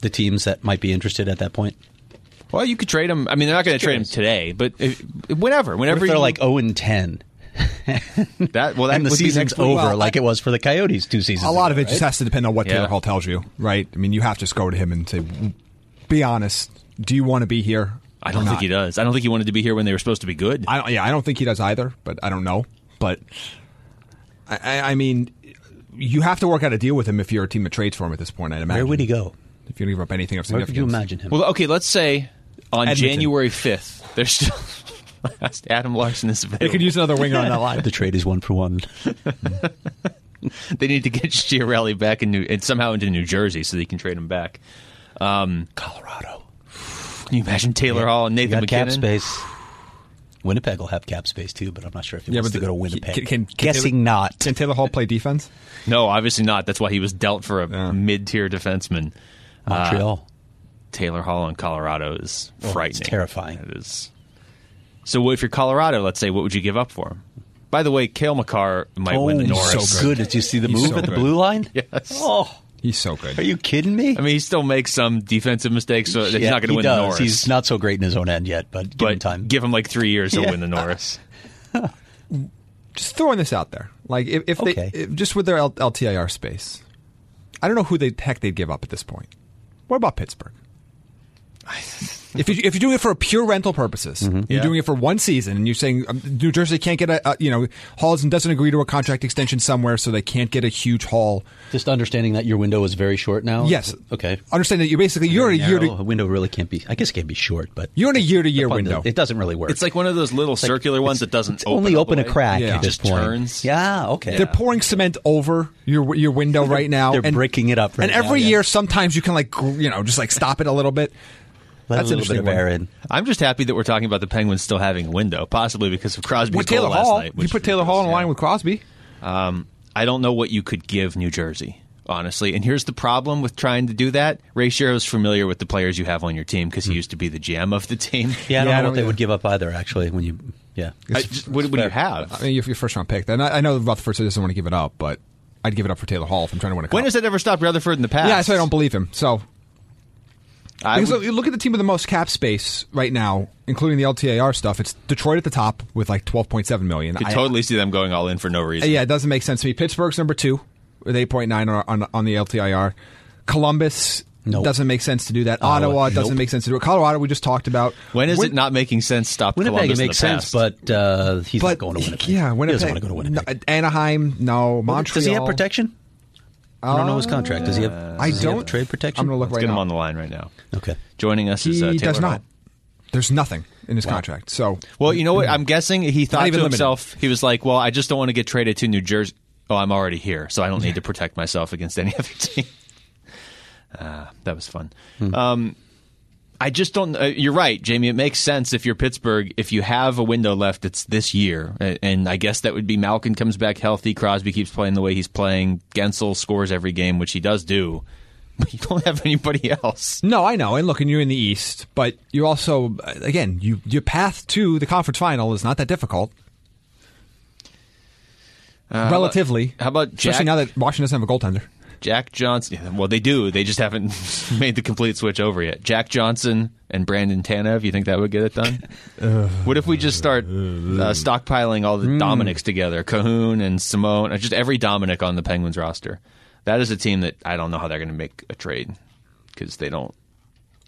S4: the teams that might be interested at that point.
S2: break. Well, you could trade him. I mean, they're not going to trade him
S4: curious.
S2: today, but if, whenever,
S4: What
S2: whenever
S4: if they're
S2: you-
S4: like zero and ten,
S2: that, well, that would
S4: and the
S2: be
S4: season's
S2: next week.
S4: over,
S3: Well,
S4: like it was for the Coyotes two seasons.
S3: A lot of
S4: ago,
S3: it just
S4: right?
S3: has to depend on what
S2: Yeah.
S3: Taylor Hall tells you, right? I mean, you have to just go to him and say, "Be honest. Do you want to be here?"
S2: I
S3: or
S2: don't think
S3: not?"
S2: he does. I don't think he wanted to be here when they were supposed to be good.
S3: I don't. Yeah, I don't think he does either. But I don't know. But I, I, I mean, you have to work out a deal with him if you're a team that trades for him at this point. I'd imagine.
S4: Where would he go?
S3: If you give up anything of
S4: Where could you
S3: significance.
S4: imagine him?
S2: Well, okay, let's say on
S3: Edmonton.
S2: January 5th, there's still. Adam Larson is available.
S3: They could use another winger on that line.
S4: the trade is one for one.
S2: They need to get Chiarelli back in New, and somehow into New Jersey so they can trade him back. Um,
S4: Colorado.
S2: Can you imagine Taylor Hall and
S4: You
S2: Nathan
S4: got cap
S2: McKinnon?
S4: space. Winnipeg will have cap space too, but I'm not sure if he
S3: Yeah,
S4: wants
S3: but
S4: to
S3: the-
S4: go to Winnipeg.
S3: can- can- can
S4: Guessing
S3: Taylor-
S4: not.
S3: Can Taylor Hall play defense?
S2: No, obviously not. That's why he was dealt for a mid-tier defenseman.
S4: Montreal.
S2: Taylor Hall in Colorado is frightening.
S4: Oh, terrifying.
S2: It is. So what if you're Colorado, let's say, what would you give up for him? By the way, Kale McCarr might win the
S4: Oh, he's
S2: Norris.
S4: so good. Did you see the move
S3: so
S4: at the
S3: good.
S4: blue line?
S2: Yes.
S4: Oh,
S3: He's so
S4: are
S3: good.
S4: you kidding me?
S2: I mean, he still makes some defensive mistakes, so he's
S4: Yeah,
S2: not going to
S4: he
S2: win
S4: does.
S2: the Norris.
S4: He's not so great in his own end yet, but give
S2: but
S4: him time.
S2: give him like three years, he'll
S4: Yeah.
S2: win the Norris.
S3: Just throwing this out there. Like if, if
S4: Okay.
S3: they if, just with their L- LTIR space, I don't know who the heck they'd give up at this point. What about Pittsburgh? if you if you're doing it for pure rental purposes,
S4: Mm-hmm.
S3: you're
S2: Yeah.
S3: doing it for one season, and you're saying um, New Jersey can't get a, a you know Hall doesn't agree to a contract extension somewhere, so they can't get a huge haul.
S4: Just understanding that your window is very short now.
S3: Yes,
S4: Oh, Okay.
S3: Understand that you're basically you're in a year
S4: Narrow.
S3: to
S4: a window really can't be. I guess it can be short, but
S3: you're in a year to year
S4: the fun-
S3: window.
S4: It doesn't really work.
S2: It's like one of those little circular ones that doesn't
S4: It's only
S2: all the
S4: open a
S2: way.
S4: crack.
S3: Yeah.
S4: At this
S2: Just
S4: point.
S2: turns.
S4: Yeah. Okay.
S3: They're pouring cement over your your window right now.
S4: they're breaking it up right
S3: and every
S4: now, yeah.
S3: year, sometimes you can like gr- you know just like stop it a little bit.
S4: Let
S3: That's
S4: a little
S3: an
S4: bit of
S3: interesting
S4: air
S3: one.
S4: in.
S2: I'm just happy that we're talking about the Penguins still having a window, possibly because of Crosby's
S3: With Taylor
S2: goal last
S3: Hall,
S2: night.
S3: you
S2: which
S3: put Taylor Hall in line with Crosby.
S2: I don't know what you could give New Jersey, honestly. And here's the problem with trying to do that. Ray Shearo's familiar with the players you have on your team because he used to be the GM of the team.
S3: Hmm.
S4: Yeah, I don't
S3: Yeah, I
S4: know
S3: don't
S4: what they
S3: either.
S4: would give up either. Actually, when you yeah,
S2: I just- what would you have?
S3: I mean, you're your first round pick. And I, I know Rutherford doesn't want to give it up, but I'd give it up for Taylor Hall if I'm trying to win a cup.
S2: when has that ever stopped Rutherford in the past?
S3: yeah, so I don't believe him. So
S2: I
S3: because
S2: would-
S3: look- you look at the team with the most cap space right now, including the LTAR stuff. It's Detroit at the top with like 12.7 million.
S2: could
S3: I-
S2: totally see them going all in for no reason.
S3: yeah, it doesn't make sense to me. Pittsburgh's number two with 8.9 on, on, on the LTIR. Columbus
S4: Nope.
S3: doesn't make sense to do that.
S4: Ottawa,
S3: Ottawa, doesn't
S4: nope.
S3: make sense to do it. Colorado, we just talked about.
S2: Oh, When is
S3: Win-
S2: it not making sense? Stop
S4: Winnipeg it
S2: Columbus in
S4: makes
S2: the
S4: sense,
S2: past?
S4: but uh, he's
S3: But
S4: not going to Winnipeg.
S3: yeah, Winnipeg.
S4: He doesn't want to go to Winnipeg.
S3: No, Anaheim, no. Montreal. Uh,
S4: Does he have protection? I don't know his contract. Does he have?
S3: I
S4: does he have
S3: don't-
S4: trade protection.
S3: I'm gonna look
S2: let's
S3: right
S2: get him
S3: now.
S2: on the line right now.
S4: Okay.
S2: Joining us is
S3: He
S2: uh, Taylor
S3: does not.
S2: Hall.
S3: There's nothing in his contract. So
S2: Well, you know what? I'm guessing he thought to
S3: Mm-hmm. even limited.
S2: himself, he was like, well, I just don't want to get traded to New Jersey. Oh, I'm already here, so I don't need to protect
S3: Hmm.
S2: myself against any other team. Uh, that was fun. Um, I just don't. Uh, you're right, Jamie. It makes sense if you're Pittsburgh, if you have a window left, it's this year, A- and I guess that would be Malkin comes back healthy, Crosby keeps playing the way he's playing, Gensel scores every game, which he does do. But you don't have anybody else.
S3: No, I know. And look, and you're in the East, but you're also again, you your path to the conference final is not that difficult. Relatively,
S2: Uh, how about Jack-
S3: especially now that Washington doesn't have a goaltender?
S2: Jack Johnson. yeah, Well, they do. They just haven't made the complete switch over yet. Jack Johnson and Brandon Tanev. You think that would get it done? what if we just start uh, stockpiling all
S4: Hmm.
S2: the Dominics together? Cahoon and Simone. uh, Just every Dominic on the Penguins roster. That is a team that I don't know how they're going to make a trade because they don't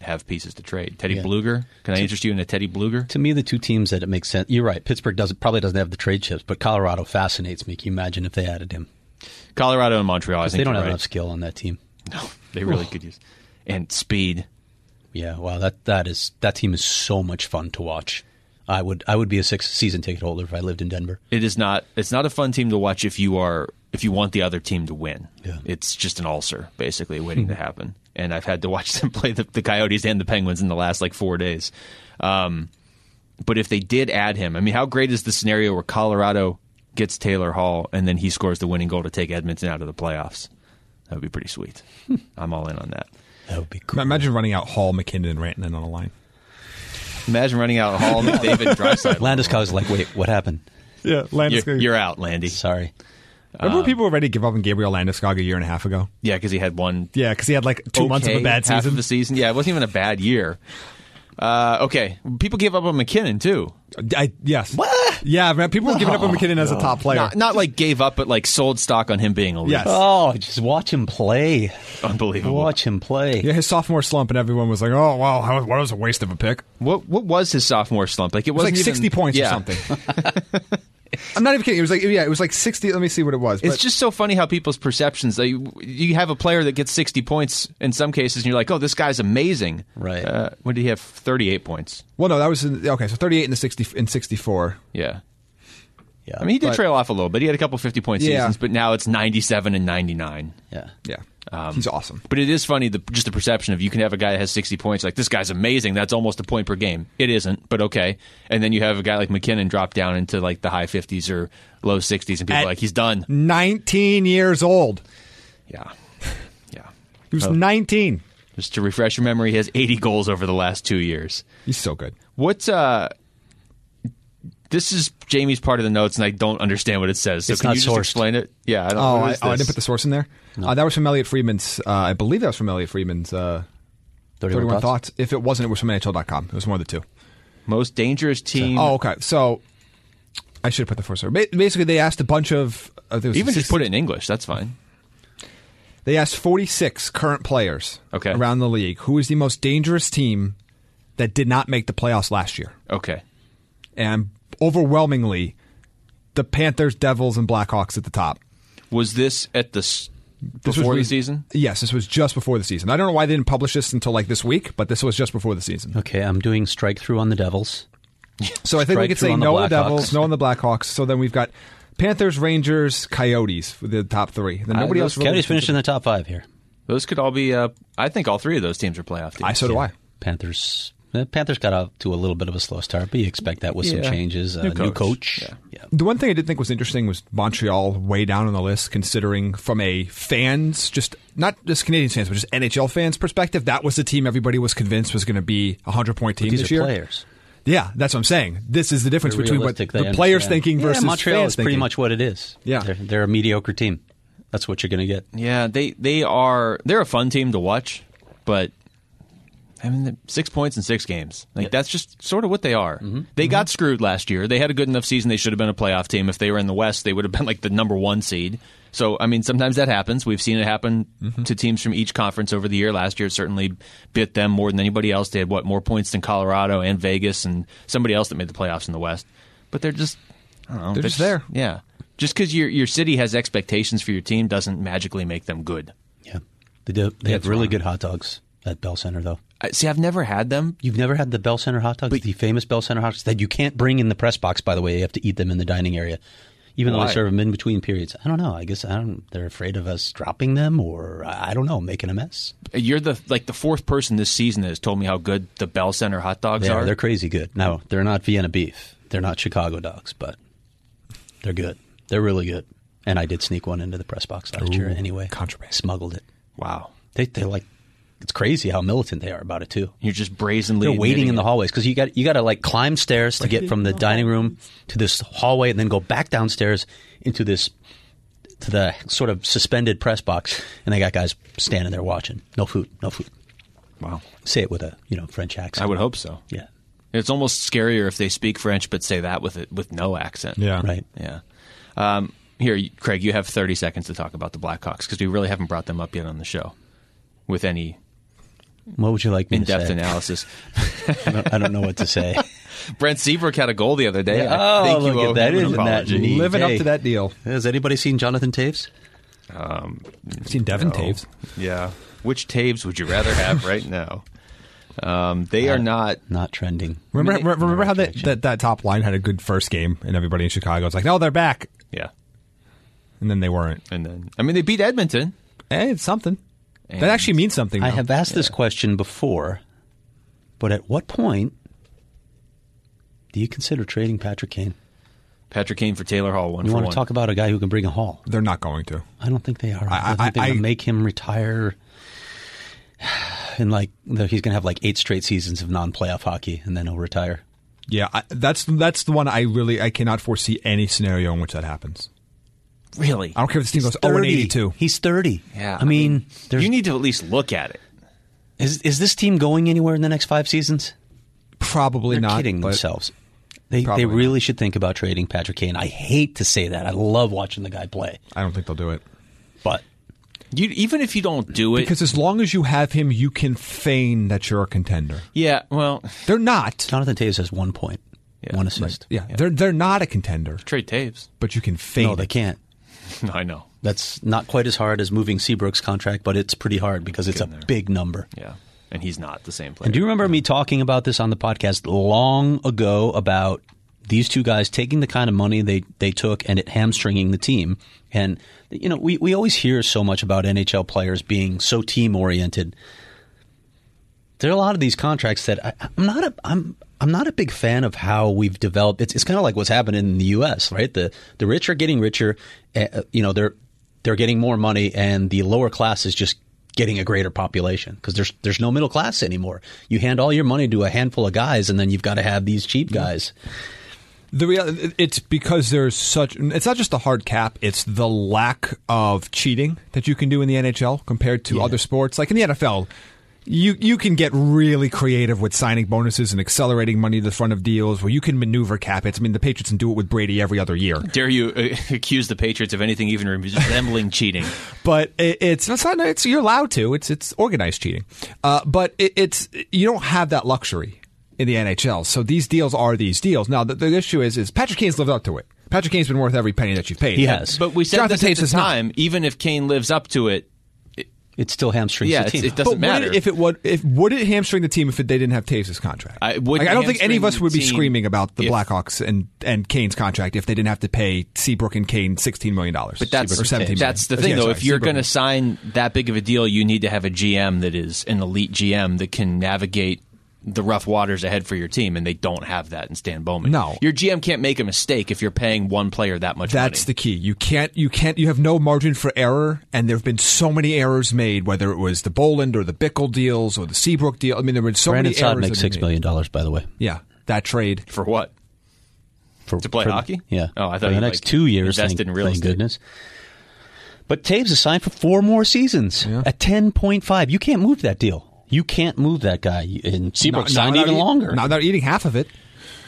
S2: have pieces to trade. Teddy Bluger. Can I interest you in a Teddy Bluger?
S4: To me, the two teams that it makes sense. You're right. Pittsburgh doesn't probably doesn't have the trade chips, but Colorado fascinates me. Can you imagine if they added him?
S2: Colorado and Montreal. I think
S4: They don't
S2: you're
S4: have
S2: right.
S4: enough skill on that team.
S2: No, they really could use and speed.
S4: Yeah, wow that that is that team is so much fun to watch. I would I would be a six season ticket holder if I lived in Denver.
S2: it is not it's not a fun team to watch if you are if you want the other team to win.
S4: Yeah.
S2: It's just an ulcer basically waiting to happen. And I've had to watch them play the, the Coyotes and the Penguins in the last like 4 days. Um, but if they did add him, I mean how great is the scenario where Colorado gets Taylor Hall and then he scores the winning goal to take Edmonton out of the playoffs? That would be pretty sweet. I'm all in on that.
S4: That would be cool.
S3: Imagine running out Hall, McKinnon, and Rantanen on a line.
S2: Imagine running out Hall, McDavid, Drysdale.
S4: Landeskog is like, wait, what happened?
S3: Yeah,
S2: You're, you're uh, out, Landy.
S4: Sorry,
S3: Remember when people were ready to give up on Gabriel Landeskog a year and a half ago?
S2: Yeah, because he had one
S3: Yeah, because he had like two months of a
S2: okay
S3: bad
S2: half
S3: season.
S2: of the season. Yeah, it wasn't even a bad year. Uh, okay, people gave up on McKinnon too.
S3: I, yes. What? Yeah, man, people were giving up on McKinnon as a top player.
S2: Not, not like gave up, but like sold stock on him being elite.
S3: Yes.
S4: Oh, just watch him play.
S2: unbelievable.
S4: Watch him play.
S3: yeah, his sophomore slump, and everyone was like, "Oh wow, how, what was a waste of a pick."
S2: What what was his sophomore slump? Like it,
S3: It was
S2: wasn't
S3: like
S2: even-
S3: sixty points
S2: yeah.
S3: or something. I'm not even kidding. It was like yeah, it was like sixty. Let me see what it was.
S2: It's
S3: but-
S2: just so funny how people's perceptions. They, you have a player that gets sixty points in some cases, and you're like, "Oh, this guy's amazing."
S4: Right.
S2: Uh, when did he have thirty-eight points?
S3: well, no, that was in, okay. So 38 in the 60 in 64.
S2: Yeah.
S4: Yeah.
S2: I mean, he did
S3: But-
S2: trail off a little bit. He had a couple fifty-point
S3: Yeah.
S2: seasons, but now it's ninety-seven and ninety-nine.
S4: yeah.
S3: Yeah, he's awesome.
S2: But it is funny, the, just the perception of you can have a guy that has 60 points, like, this guy's amazing. That's almost a point per game. It isn't, but okay. And then you have a guy like McKinnon drop down into like the high 50s or low 60s, and people
S3: At-
S2: are like, he's done.
S3: 19 years old.
S2: Yeah. Yeah.
S3: He was 19.
S2: Just to refresh your memory, he has 80 goals over the last two years.
S3: He's so good.
S2: What, uh, this is Jamie's part of the notes, and I don't understand what it says. So
S4: It's
S2: can
S4: not
S2: you just
S4: sourced.
S2: explain it? Yeah, I don't.
S3: Oh,
S2: what
S3: I,
S2: is
S3: oh, I
S2: this?
S3: didn't put the source in there. Uh, that was from Elliot Friedman's. Uh, I believe that was from Elliot Friedman's uh,
S4: 31,
S3: 31
S4: thoughts.
S3: thoughts. If it wasn't, it was from NHL.com. It was one of the two.
S2: most dangerous team.
S3: Oh, okay. So I should have put the first. Ba- Basically, they asked a bunch of. I think it was
S2: even
S3: six-
S2: just put it in English. That's fine.
S3: They asked 46 current players
S2: Okay.
S3: around the league who is the most dangerous team that did not make the playoffs last year.
S2: Okay.
S3: And overwhelmingly, the Panthers, Devils, and Blackhawks at the top.
S2: Was this at the s-
S3: This
S2: before
S3: re-
S2: the season?
S3: Yes, this was just before the season. I don't know why they didn't publish this until like this week, but this was just before the season.
S4: Okay, I'm doing strike through on the Devils.
S3: So I think we
S4: Strike
S3: could
S4: through
S3: say
S4: on the
S3: no on the
S4: Blackhawks.
S3: Devils, no on the Blackhawks. So then we've got Panthers, Rangers, Coyotes, for the top three. Then nobody
S2: those
S3: else. really-
S4: Coyotes finished in the top five here.
S2: Those could all be. Uh, I think all three of those teams are playoff teams.
S3: I so do I.
S4: Panthers. The Panthers got off to a little bit of a slow start, but you expect that with
S2: Yeah.
S4: some changes.
S2: New
S4: uh, new
S2: coach.
S4: coach.
S2: Yeah.
S4: Yeah.
S3: The one thing I did think was interesting was Montreal way down on the list, considering from a fans, just not just Canadian fans, but just NHL fans perspective, that was the team everybody was convinced was going to be a hundred point team
S4: These
S3: this
S4: are
S3: year.
S4: players.
S3: Yeah, that's what I'm saying. This is the difference between what the
S4: Realistic, they
S3: players
S4: understand.
S3: thinking
S4: Yeah,
S3: versus
S4: Montreal
S3: fans
S4: is pretty
S3: thinking.
S4: much what it is.
S3: Yeah.
S4: they're, they're a mediocre team. That's what you're going to get.
S2: Yeah, they they are. They're a fun team to watch, but I mean, the- six points in six games. Like that's just sort of what they are.
S3: Mm-hmm.
S2: They got screwed last year. They had a good enough season. They should have been a playoff team. If they were in the West, they would have been like the number one seed. So I mean, sometimes that happens. We've seen it happen
S3: Mm-hmm.
S2: to teams from each conference over the year. Last year, it certainly bit them more than anybody else. They had what more points than Colorado and Vegas and somebody else that made the playoffs in the West. But they're just, I don't know,
S3: They're just there.
S2: Yeah. Just because your your city has expectations for your team doesn't magically make them good.
S4: Yeah, they do. They have really good hot dogs at Bell Center, though.
S2: I, see, I've never had them.
S4: You've never had the Bell Center hot dogs, the famous Bell Center hot dogs that you can't bring in the press box. By the way, you have to eat them in the dining area. even though
S2: Why?
S4: they serve them in between periods. I don't know. I guess I don't. They're afraid of us dropping them, or I I don't know, making a mess.
S2: You're the like the fourth person this season that has told me how good the Bell Center hot dogs
S4: They
S2: are.
S4: are. They're crazy good. No, they're not Vienna beef. They're not Chicago dogs, but they're good. They're really good. And I did sneak one into the press box last year anyway.
S3: contraband.
S4: Smuggled it.
S2: wow.
S4: They they like it's crazy how militant they are about it too.
S2: You're just brazenly
S4: They're waiting
S2: admitting
S4: in the
S2: it.
S4: hallways because you got you got to like climb stairs to get from the dining room to this hallway and then go back downstairs into this to the sort of suspended press box and they got guys standing there watching. No food, no food.
S2: Wow.
S4: Say it with a you know French accent.
S2: I would hope so.
S4: Yeah,
S2: It's almost scarier if they speak French but say that with it with no accent.
S3: Yeah.
S4: right.
S2: Yeah. Um, here, you- Craig, you have 30 seconds to talk about the Blackhawks because we really haven't brought them up yet on the show with any
S4: What would you like me
S2: in
S4: to
S2: depth
S4: say?
S2: analysis.
S4: I don't, I don't know what to say.
S2: Brent Seabrook had a goal the other day.
S4: Oh,
S2: I think you
S4: look
S2: owe
S4: at that.
S2: him an
S4: Isn't that
S2: apology.
S4: neat?
S3: Living up
S4: Hey.
S3: to that deal.
S4: Has anybody seen Jonathan Taves?
S3: I've seen Devin Taves.
S2: Oh, Yeah. Which Taves would you rather have right now? Um, they are not.
S4: Not trending.
S3: Remember, remember, how that, that, that top line had a good first game, and everybody in Chicago was like, "No, they're back,"
S2: Yeah.
S3: and then they weren't.
S2: And then, I mean, they beat Edmonton.
S3: Eh, it's something.
S2: And-
S3: that actually means something.
S4: I
S3: though.
S4: have asked this question before, but at what point do you consider trading Patrick Kane?
S2: Patrick Kane for Taylor Hall, one
S4: You
S2: for
S4: want
S2: one.
S4: to talk about a guy who can bring a haul?
S3: They're not going to.
S4: I don't think they are. I,
S3: I-
S4: think they're
S3: I-
S4: going
S3: I-
S4: to make him retire. And like the- he's going to have like eight straight seasons of non-playoff hockey, and then he'll retire.
S3: Yeah, I, that's that's the one I really I cannot foresee any scenario in which that happens.
S2: really?
S3: I don't care if this team goes 0 and
S4: 30.
S3: 82.
S4: He's thirty.
S2: Yeah.
S4: I mean, there's,
S2: you need to at least look at it.
S4: is is this team going anywhere in the next five seasons?
S3: Probably
S4: They're
S3: not.
S4: kidding
S3: but
S4: themselves. They,
S3: Probably
S4: they really should think about trading Patrick Kane. I hate to say that. I love watching the guy play,
S3: I don't think they'll do it
S4: but
S2: You, even if you don't do it.
S3: because as long as you have him, you can feign that you're a contender.
S2: yeah, well,
S3: They're not.
S4: Jonathan Taves has one point,
S2: Yeah.
S4: one assist.
S3: Yeah, they're they're not a contender,
S2: trade Taves.
S3: but you can feign.
S4: No, they
S3: it.
S4: can't.
S2: I know.
S4: That's not quite as hard as moving Seabrook's contract, but it's pretty hard because it's a big number.
S2: Yeah. And he's not the same player.
S4: And do you remember me talking about this on the podcast long ago about these two guys taking the kind of money they, they took and it hamstringing the team? And, you know, we, we always hear so much about NHL players being so team oriented. There are a lot of these contracts that I, I'm not a I'm I'm not a big fan of how we've developed. It's it's kind of like what's happening in the U.S. Right, the the rich are getting richer. Uh, you know, they're they're getting more money, and the lower class is just getting a greater population because there's there's no middle class anymore. You hand all your money to a handful of guys, and then you've got to have these cheap guys.
S3: The real, it's because there's such. It's not just the hard cap; it's the lack of cheating that you can do in the NHL compared to other sports, like in the NFL. You you can get really creative with signing bonuses and accelerating money to the front of deals, where you can maneuver cap hits. I mean, the Patriots can do it with Brady every other year,
S2: Dare you uh, accuse the Patriots of anything even resembling cheating?
S3: but it, it's it's not. It's you're allowed to. It's it's organized cheating, uh, but it, it's you don't have that luxury in the NHL. So these deals are these deals. Now the, the issue is is Patrick Kane's lived up to it. Patrick Kane's been worth every penny that you've paid.
S4: He has.
S2: But we said
S3: Jonathan
S2: this at
S3: Taves
S2: the
S3: is not.
S2: time, even if Kane lives up to it,
S4: It still hamstrings
S2: yeah,
S4: the
S2: it's,
S4: team.
S2: it doesn't
S3: but would
S2: matter.
S3: it- if it would, if would it hamstring the team if it, they didn't have Taves' contract?
S2: I- it would
S3: Like, I don't think any of us
S2: hamstring
S3: would be
S2: the team
S3: screaming about the
S2: if-
S3: Blackhawks and and Kane's contract if they didn't have to pay Seabrook and Kane sixteen million dollars.
S2: but that's,
S3: or seventeen. million.
S2: that's the thing,
S3: Yeah,
S2: though.
S3: sorry,
S2: if you're
S3: Seabrook.
S2: going to sign that big of a deal, you need to have a GM that is an elite GM that can navigate the rough waters ahead for your team, and they don't have that in Stan Bowman.
S3: No.
S2: Your GM can't make a mistake if you're paying one player that much
S3: That's the key. You can't. You can't. You have no margin for error, and there have been so many errors made. Whether it was the Boland or the Bickle deals or the Seabrook deal. I mean, there were so
S4: Brandon
S3: many errors.
S4: Saad makes
S3: that have
S4: six
S3: been made.
S4: million dollars, by the way.
S3: Yeah, that trade.
S2: For what?
S4: for,
S2: To play
S4: for-
S2: hockey?
S4: Yeah.
S2: Oh, I thought
S4: for
S2: you,
S4: the next
S2: like,
S4: two years.
S2: invested
S4: thank,
S2: in real
S4: thank
S2: estate.
S4: goodness. But Taves is signed for four more seasons at ten point five. You can't move that deal. You can't move that guy. And Seabrook
S3: Not-
S4: signed
S3: not
S4: even
S3: eat-
S4: longer.
S3: Now they're eating half of it.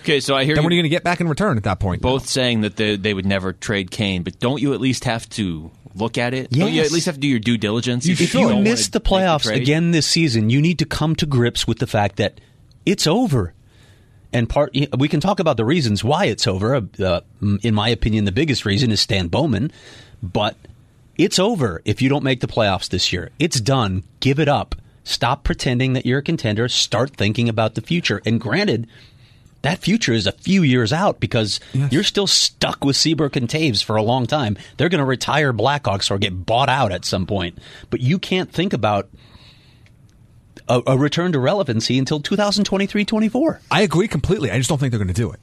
S2: Okay, so I hear
S3: Then
S2: you
S3: what are you going to get back in return at that point?
S2: both saying that they, they would never trade Kane, but don't you at least have to look at it? Don't you
S4: Yes.
S2: at least have to do your due diligence?
S4: if
S2: don't
S4: you
S2: wanna
S4: miss the
S2: make
S4: playoffs
S2: trade?
S4: again this season, you need to come to grips with the fact that it's over. And part we can talk about the reasons why it's over. Uh, in my opinion, the biggest reason is Stan Bowman, but it's over if you don't make the playoffs this year. It's done. Give it up. Stop pretending that you're a contender. Start thinking about the future. And granted, that future is a few years out because
S3: Yes.
S4: you're still stuck with Seabrook and Taves for a long time. They're going to retire Blackhawks or get bought out at some point. But you can't think about a, a return to relevancy until 2023 24.
S3: I agree completely. I just don't think they're going to do it.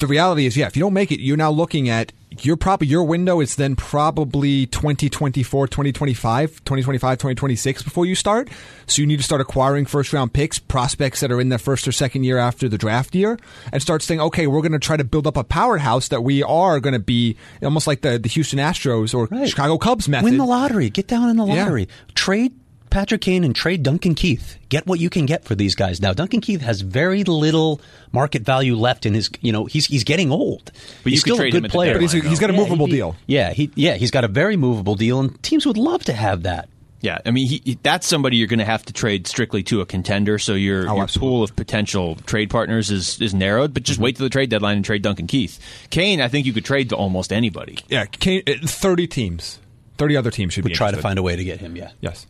S3: The reality is, yeah, if you don't make it, you're now looking at your probably your window is then probably 2024, 2025, 2025, 2026 before you start. So you need to start acquiring first round picks, prospects that are in their first or second year after the draft year, and start saying, okay, we're going to try to build up a powerhouse that we are going to be almost like the, the Houston Astros or
S4: Right.
S3: Chicago Cubs method.
S4: Win the lottery. Get down in the
S3: Yeah.
S4: lottery. Trade Patrick Kane and trade Duncan Keith. Get what you can get for these guys now. Duncan Keith has very little market value left in his. You know, he's he's getting old.
S2: But you
S4: he's
S2: could
S4: still
S2: trade
S4: a good
S2: him at the
S4: player.
S3: but he's,
S2: deadline,
S3: he's got a
S4: Yeah,
S3: movable
S4: he'd be-
S3: deal.
S4: Yeah, he yeah he's got a very movable deal, and teams would love to have that.
S2: Yeah, I mean, he, he- that's somebody you're going to have to trade strictly to a contender. So your,
S3: Oh,
S2: your
S3: absolutely. Mm-hmm.
S2: pool of potential trade partners is is narrowed. But just wait till the trade deadline and trade Duncan Keith. Kane, I think you could trade to almost anybody.
S3: Yeah, Kane- uh, 30 teams. 30 other teams should
S4: Would
S3: be
S4: try to
S3: interested.
S4: find a way to get him. Yeah,
S3: Yes.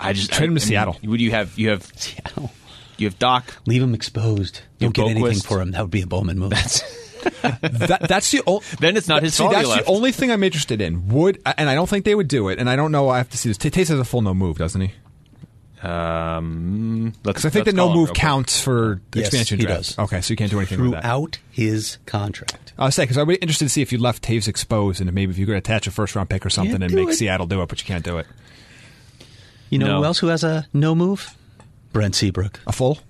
S2: I just
S3: Trade him
S2: I-
S3: to
S2: I mean,
S3: Seattle.
S2: Would you have you have
S4: Seattle.
S2: you have Doc?
S4: Leave him exposed. Don't
S2: Yeah,
S4: get anything
S2: Boquist.
S4: for him. That would be a Bowman move.
S3: that, that's the only.
S2: Then it's not his
S3: See,
S2: fault he
S3: that's
S2: left.
S3: the only thing I'm interested in. Would and I don't think they would do it. And I don't know. I have to see this. T- Tays has a full no move, doesn't he?
S2: Um,
S3: Because I think the no move counts for
S4: Yes,
S3: expansion
S4: he
S3: drafts.
S4: does.
S3: Okay, so you can't do anything with that.
S4: throughout his contract.
S3: I was saying because I'd be interested to see if you left Taves exposed and maybe if you could attach a first round pick or something
S4: Can't
S3: and
S4: do
S3: make
S4: it.
S3: Seattle do it, but you can't do it.
S4: You know
S2: No.
S4: who else who has a no move? Brent Seabrook.
S3: A full.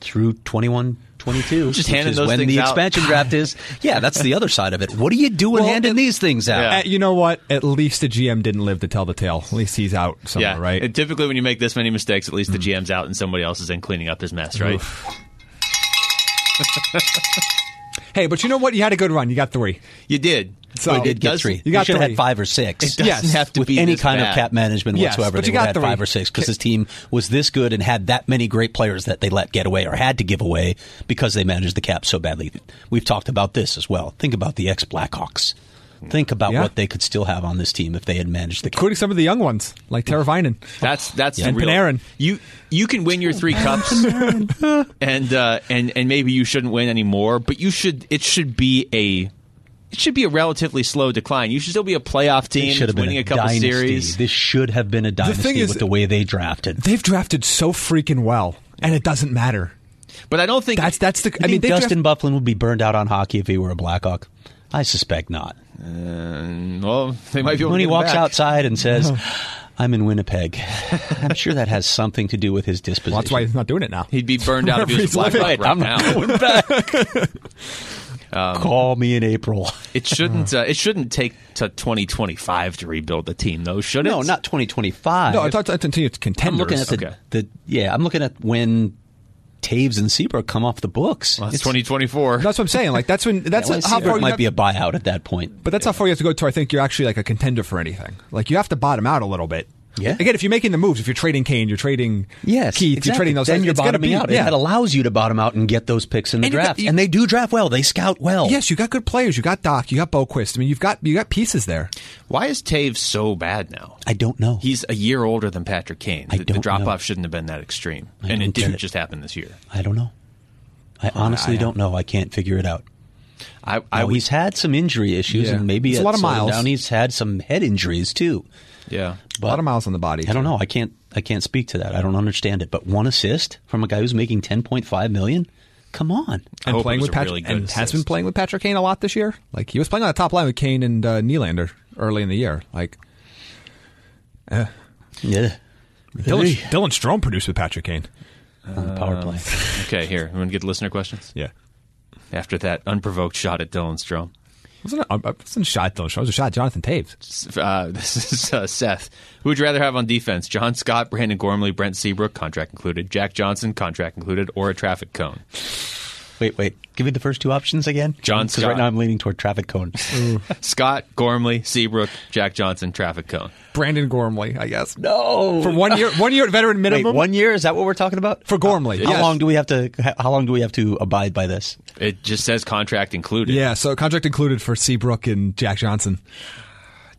S4: through 21 22
S2: Just
S4: which
S2: handing
S4: is
S2: those
S4: when
S2: things
S4: the
S2: out.
S4: expansion draft is yeah that's the other side of it what are you doing
S3: Well,
S4: handing
S3: it-
S4: these things out
S2: Yeah.
S3: Uh, you know what? At least the GM didn't live to tell the tale. At least he's out somewhere,
S2: Yeah,
S3: right? Mm.
S2: And typically, when you make this many mistakes, at least the GM's out and somebody else is in cleaning up his mess, right?
S3: hey, but you know what? You had a good run. You got three.
S2: You did.
S3: So-
S2: But
S3: You did
S4: you did
S2: Oh, it
S4: get
S2: does-
S4: three
S3: you got
S4: should have
S3: three.
S4: had five or six
S2: It doesn't Yes. have to
S4: with
S2: be
S4: any
S2: this
S4: kind
S2: bad.
S4: of cap management
S3: Yes,
S4: whatsoever
S3: but you
S4: they would
S3: got
S4: have had
S3: three.
S4: five or six because this team was this good and had that many great players that they let get away or had to give away because they managed the cap so badly we've talked about this as well think about the ex-blackhawks think about
S3: Yeah.
S4: what they could still have on this team if they had managed the cap
S3: Including some of the young ones, like Tara Vinen.
S2: That's that's
S3: And
S2: the real-
S3: Panarin.
S2: You you can win your three cups, and uh, and and maybe you shouldn't win anymore. But you should. It should be a. It should be a relatively slow decline. You should still be a playoff
S4: This
S2: team. that's winning a, couple
S4: dynasty.
S2: series.
S4: This should have been a dynasty
S3: thing is-
S4: with the way they drafted.
S3: They've drafted so freaking well, and it doesn't matter.
S2: But I don't think
S3: That's that's the.
S4: I
S3: I mean,
S4: think
S3: they
S4: Dustin Bufflin would be burned out on hockey if he were a Blackhawk. I suspect not.
S2: Um, well, they might be able
S4: When
S2: to get
S4: he
S2: him
S4: walks
S2: back.
S4: outside and says, "I'm in Winnipeg," I'm sure that has something to do with his disposition.
S3: Well, that's why he's not doing it now.
S2: He'd be burned out if he was a
S3: Wherever he's
S2: Blackhawk right,
S3: living.
S4: I'm
S2: now.
S4: not going back. Call me in April.
S2: It shouldn't. Uh, it shouldn't take to 2025 to rebuild the team, though, should it?
S4: No, not 2025.
S3: no, I thought I continue to
S4: I'm
S3: contenders.
S4: looking at the,
S2: Okay.
S4: the yeah. I'm looking at when Taves and Seabrook come off the books.
S2: Well, that's
S4: It's-
S2: 2024.
S3: That's what I'm saying. Like that's when that's
S4: yeah, well,
S3: how far
S4: Seabrook
S3: you
S4: might
S3: have-
S4: be a buyout at that point.
S3: But that's how far you have to go to. I think you're actually like a contender for anything. Like you have to bottom out a little bit.
S4: Yeah.
S3: Again, if you're making the moves, if you're trading Kane, you're trading
S4: Yes,
S3: Keith, you're
S4: exactly.
S3: trading those.
S4: Then
S3: guys,
S4: you're
S3: it's gotta
S4: bottoming
S3: be-
S4: out.
S3: Yeah.
S4: That allows you to bottom out and get those picks in the
S3: And you got-
S4: draft,
S3: you-
S4: and they do draft well. They scout well.
S3: Yes, you got good players. You got Doc. You got Boquist. I mean, you've got you got pieces there.
S2: Why is Taves so bad now?
S4: I don't know.
S2: He's a year older than Patrick Kane.
S4: I
S2: The- the
S4: don't
S2: drop
S4: know.
S2: off shouldn't have been that extreme,
S4: I
S2: and
S4: don't
S2: it didn't
S4: get it.
S2: just happen this year.
S4: I don't know. I honestly don't know. I can't figure it out.
S2: I, I
S4: Now,
S2: would-
S4: he's had some injury issues,
S3: Yeah.
S4: and maybe
S3: It's a
S4: it
S3: lot of
S4: slowed
S3: miles.
S4: Down. He's had some head injuries too.
S2: yeah.
S3: a lot of miles on the body.
S4: I don't know. I can't. I can't speak to that. I don't understand it. But one assist from a guy who's making ten point five million. Come on.
S2: I
S3: And
S2: hope
S3: playing
S2: it was
S3: with
S2: a
S3: Patrick
S2: really good
S3: and has
S2: assist.
S3: been playing with Patrick Kane a lot this year. Like he was playing on the top line with Kane and uh, Nylander early in the year. Like
S4: Yeah.
S3: Dylan,
S4: Really?
S3: Dylan Strom produced with Patrick Kane.
S4: On the
S3: Uh,
S4: power play.
S2: Okay, here. You want to get listener questions
S3: Yeah.
S2: after that unprovoked shot at Dylan Strom?
S3: Wasn't it, I wasn't shot Dylan Strom. It was a shot Jonathan Taves.
S2: S- Uh, this is uh, Seth. Who would you rather have on defense? John Scott, Brandon Gormley, Brent Seabrook, contract included. Jack Johnson, contract included, or a traffic cone?
S4: Wait, wait. Give me the first two options again.
S2: John
S4: Because right
S2: Scott.
S4: now I'm leaning toward traffic cone.
S2: Scott, Gormley, Seabrook, Jack Johnson, traffic cone.
S3: Brandon Gormley, I guess.
S4: no.
S3: For one year, one year at veteran
S4: Wait,
S3: minimum.
S4: one year is that what we're talking about
S3: For Gormley,
S4: How,
S3: yes.
S4: long do we have to? How long do we have to abide by this?
S2: It just says contract included.
S3: Yeah, so contract included for Seabrook and Jack Johnson.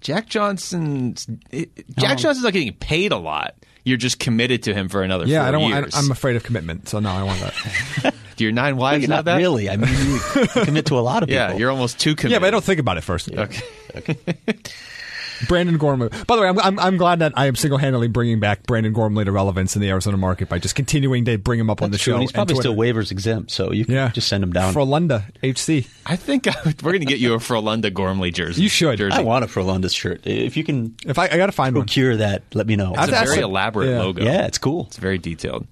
S2: Jack Johnson's it, Jack
S3: Oh.
S2: Johnson's not getting paid a lot. You're just committed to him for another.
S3: Yeah,
S2: four
S3: I don't. I,
S2: Years.
S3: I'm afraid of commitment, so no, I don't want that.
S2: Your nine wives
S4: You're
S2: not,
S4: not
S2: that?
S4: really. I mean, you commit to a lot of people.
S2: Yeah, you're almost too committed.
S3: Yeah, but I don't think about it first.
S2: Okay.
S3: Brandon Gormley. By the way, I'm, I'm, I'm glad that I am single handedly bringing back Brandon Gormley to relevance in the Arizona market by just continuing to bring him up on the
S4: That's true,
S3: show.
S4: and he's
S3: and
S4: probably
S3: Twitter.
S4: still waivers exempt, so you can
S3: Yeah,
S4: just send him down.
S3: Frolunda HC.
S2: I think I would, we're going to get you a Frolunda Gormley jersey.
S3: You should.
S2: Jersey.
S4: I want a Frolunda shirt. If you can
S3: If I, I got to find one.
S4: procure that, let me know.
S2: It's a
S3: That's
S2: very
S3: a-
S2: elaborate
S3: yeah.
S2: logo.
S4: yeah, it's cool.
S2: It's very detailed.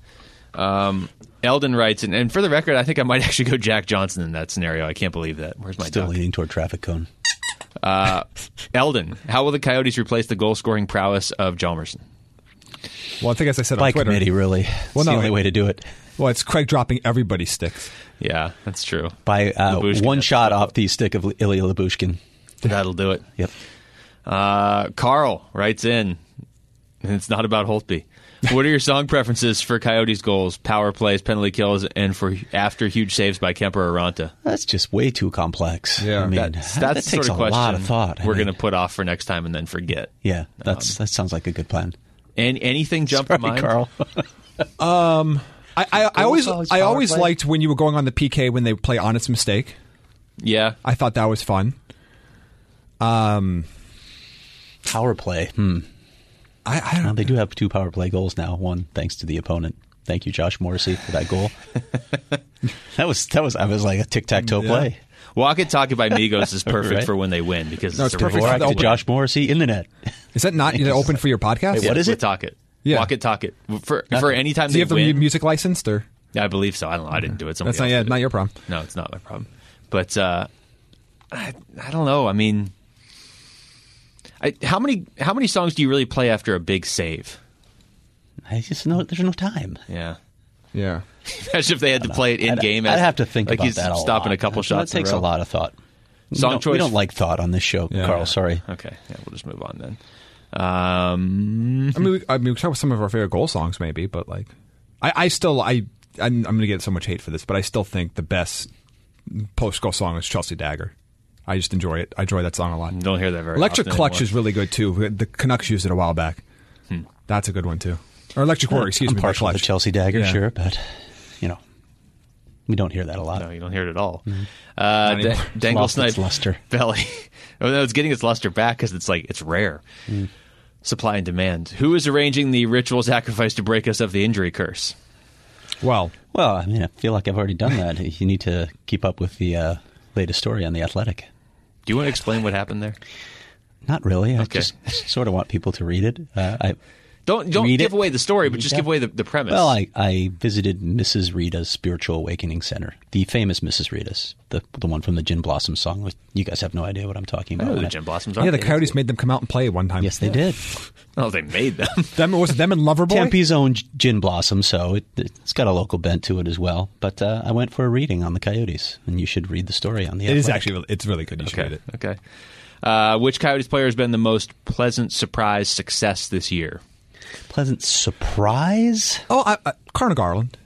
S2: Um, Eldon writes, and, and for the record, I think I might actually go Jack Johnson in that scenario. I can't believe that. Where's my
S4: Still
S2: duck?
S4: leaning toward traffic cone.
S2: Eldon, how will the Coyotes replace the goal scoring prowess of Jalmerson?
S3: Well, I think as I said
S4: By
S3: on Twitter.
S4: committee, really.
S3: Well,
S4: it's
S3: no,
S4: the only
S3: it-
S4: way to do it.
S3: Well, it's Craig dropping everybody's sticks.
S2: Yeah, that's true.
S4: By uh,
S2: Labushkin
S4: one
S2: has-
S4: shot off the stick of Ilya Labushkin.
S2: That'll do it.
S4: Yep.
S2: Uh, Carl writes in, and it's not about Holtby. What are your song preferences for Coyotes goals, power plays, penalty kills, and for after huge saves by Kemper or Ranta?
S4: That's just way too complex.
S3: Yeah.
S4: I mean,
S2: That's,
S4: that
S2: that's the
S4: takes
S2: sort of
S4: a
S2: question
S4: lot of thought. I
S2: we're
S4: mean,
S2: going to put off for next time and then forget.
S4: Yeah, that's that sounds like a good plan.
S2: And anything jump
S4: Sorry,
S2: to mind?
S4: Carl.
S3: I, I, I always,
S4: songs,
S3: I
S4: power
S3: always
S4: play.
S3: liked when you were going on the PK when they play Honest Mistake.
S2: Yeah,
S3: I thought that was fun.
S4: power play. Hmm.
S3: I, I
S4: Well,
S3: don't.
S4: they do have two power play goals now. One thanks to the opponent. Thank you, Josh Morrissey, for that goal. that was that was I was like a tic tac toe
S3: Yeah.
S4: play.
S2: Walk It Talk It by Migos is perfect
S4: Right.
S2: for when they win because
S3: No,
S2: it's,
S3: it's
S2: a
S3: perfect
S2: reward.
S3: for
S4: Or
S3: the
S4: to
S3: open.
S4: Josh Morrissey in the net.
S3: Is that not you know, open for your podcast?
S4: Wait, what is
S2: With
S4: it?
S2: Talk It.
S3: Yeah.
S2: Walk It Talk It. For, for any time
S3: Do you have
S2: they
S3: the mu-
S2: win,
S3: music licensed or?
S2: I believe so. I don't know. I didn't do it. Somebody
S3: That's not,
S2: else
S3: yeah,
S2: did it.
S3: not your problem.
S2: No, it's not my problem. But uh, I, I don't know. I mean, I, how many how many songs do you really play after a big save?
S4: I just know there's no time.
S2: Yeah.
S3: Yeah.
S2: Imagine if they had to play it in
S4: I'd-
S2: game.
S4: I'd
S2: as-
S4: have to think
S2: like
S4: about
S2: he's
S4: that. A
S2: stopping
S4: lot.
S2: a couple
S4: that,
S2: shots.
S4: That
S2: in a
S4: takes
S2: row.
S4: a lot of thought. We
S2: Song
S4: don't- We
S2: choice-
S4: don't like thought on this show,
S3: Yeah.
S4: Carl. Sorry.
S2: Okay, yeah, we'll just move on then. Um,
S3: I mean, we, I mean, we could talk about some of our favorite goal songs, maybe, but like, I, I still, I, I'm, I'm going to get so much hate for this, but I still think the best post goal song is Chelsea Dagger. I just enjoy it. I enjoy that song a lot.
S2: don't hear that very.
S3: Electric
S2: often
S3: Clutch
S2: anymore.
S3: is really good too. The Canucks used it a while back.
S2: Hmm.
S3: That's a good one too. Or Electric Warrior, excuse
S4: I'm
S3: me. by
S4: partial to
S3: Clutch.
S4: Chelsea Dagger,
S3: Yeah.
S4: sure, but you know, we don't hear that a lot.
S2: No, you don't hear it at all. Uh, da-
S3: anymore.
S2: dangle
S4: Lost
S2: snipe
S4: Mm-hmm. its luster.
S2: belly. oh, no, it's getting its luster back because it's like it's rare.
S4: Mm.
S2: Supply and demand. Who is arranging the ritual sacrifice to break us of the injury curse?
S3: Well,
S4: Well, I mean, I feel like I've already done that. you need to keep up with the uh, latest story on the Athletic.
S2: Do you want to explain what happened there?
S4: Not really. I
S2: Okay.
S4: just sort of want people to read it. Uh, I
S2: Don't don't
S4: Read
S2: give
S4: it.
S2: away the story, but
S4: Read
S2: just
S4: that.
S2: give away the, the premise.
S4: well, I, I visited Mrs. Rita's Spiritual Awakening Center, the famous Mrs. Rita's, the the one from the Gin Blossom song. which- You guys have no idea what I'm talking
S2: I
S4: about.
S2: know
S4: when
S2: the
S4: I-
S2: Jim Blossoms are.
S3: yeah, the Coyotes made them come out and play one time.
S4: Yes, they did.
S2: Oh, they made them.
S3: Them was it them and Loverboy.
S4: Tempe's own G- Gin Blossom, so it, it's got a local bent to it as well. But uh, I went for a reading on the Coyotes, and you should read the story on the.
S3: It is
S4: Athletic.
S3: actually, it's really good. You should read
S2: okay.
S3: it.
S2: Okay. Uh, which Coyotes player has been the most pleasant surprise success this year?
S4: pleasant surprise.
S3: Oh, I, I, Connor Garland.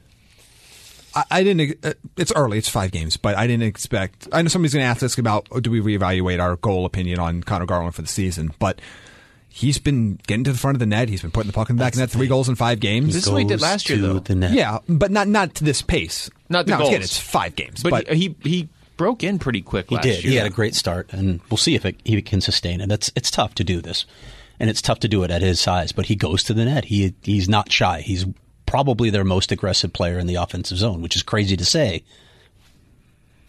S3: I, I didn't. Uh, it's early. It's five games, but I didn't expect. I know somebody's going to ask us about oh, do we reevaluate our goal opinion on Connor Garland for the season, but he's been getting to the front of the net. He's been putting the puck in the back of the net. Three goals in five games.
S2: This is what he did
S4: Goes
S2: last year,
S4: to
S2: though.
S4: The net.
S3: yeah, but not not to this pace.
S2: Not the
S3: no, it's-
S2: goals.
S3: again, It's five games,
S2: But,
S3: but,
S2: he, he he broke in pretty quick.
S4: He
S2: last
S4: did.
S2: Year.
S4: He had a great start, and we'll see if it, he can sustain it. That's it's tough to do this, and it's tough to do it at his size. But he goes to the net. He he's not shy. He's probably their most aggressive player in the offensive zone, which is crazy to say,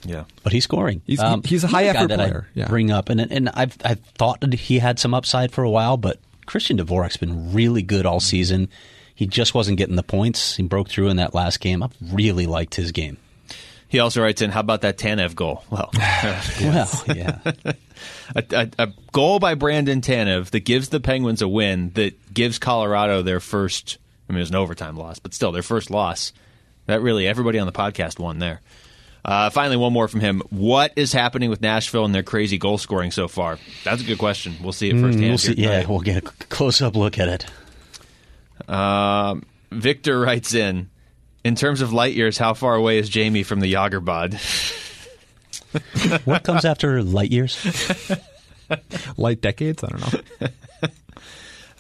S2: Yeah.
S4: but he's scoring.
S3: He's- he's a high
S4: another guy
S3: effort
S4: that I
S3: player. Yeah.
S4: Bring up, and and I've I've thought that he had some upside for a while, but Christian Dvorak's been really good all season. He just wasn't getting the points. He broke through in that last game. I really liked his game.
S2: He also writes in, "How about that Tanev goal? Well,
S4: Well, yeah.
S2: a, a, a goal by Brandon Tanev that gives the Penguins a win, that gives Colorado their first. I mean, it was an overtime loss, but still their first loss. That really everybody on the podcast won there. Uh, finally, one more from him. What is happening with Nashville and their crazy goal scoring so far? That's a good question. We'll see it firsthand.
S4: Mm, We'll see.
S2: here
S4: Yeah,
S2: tonight.
S4: we'll get a close up look at it.
S2: Um, Victor writes in. In terms of light years, how far away is Jamie from the Yagerbod?
S4: What comes after light years?
S3: light decades. I don't know.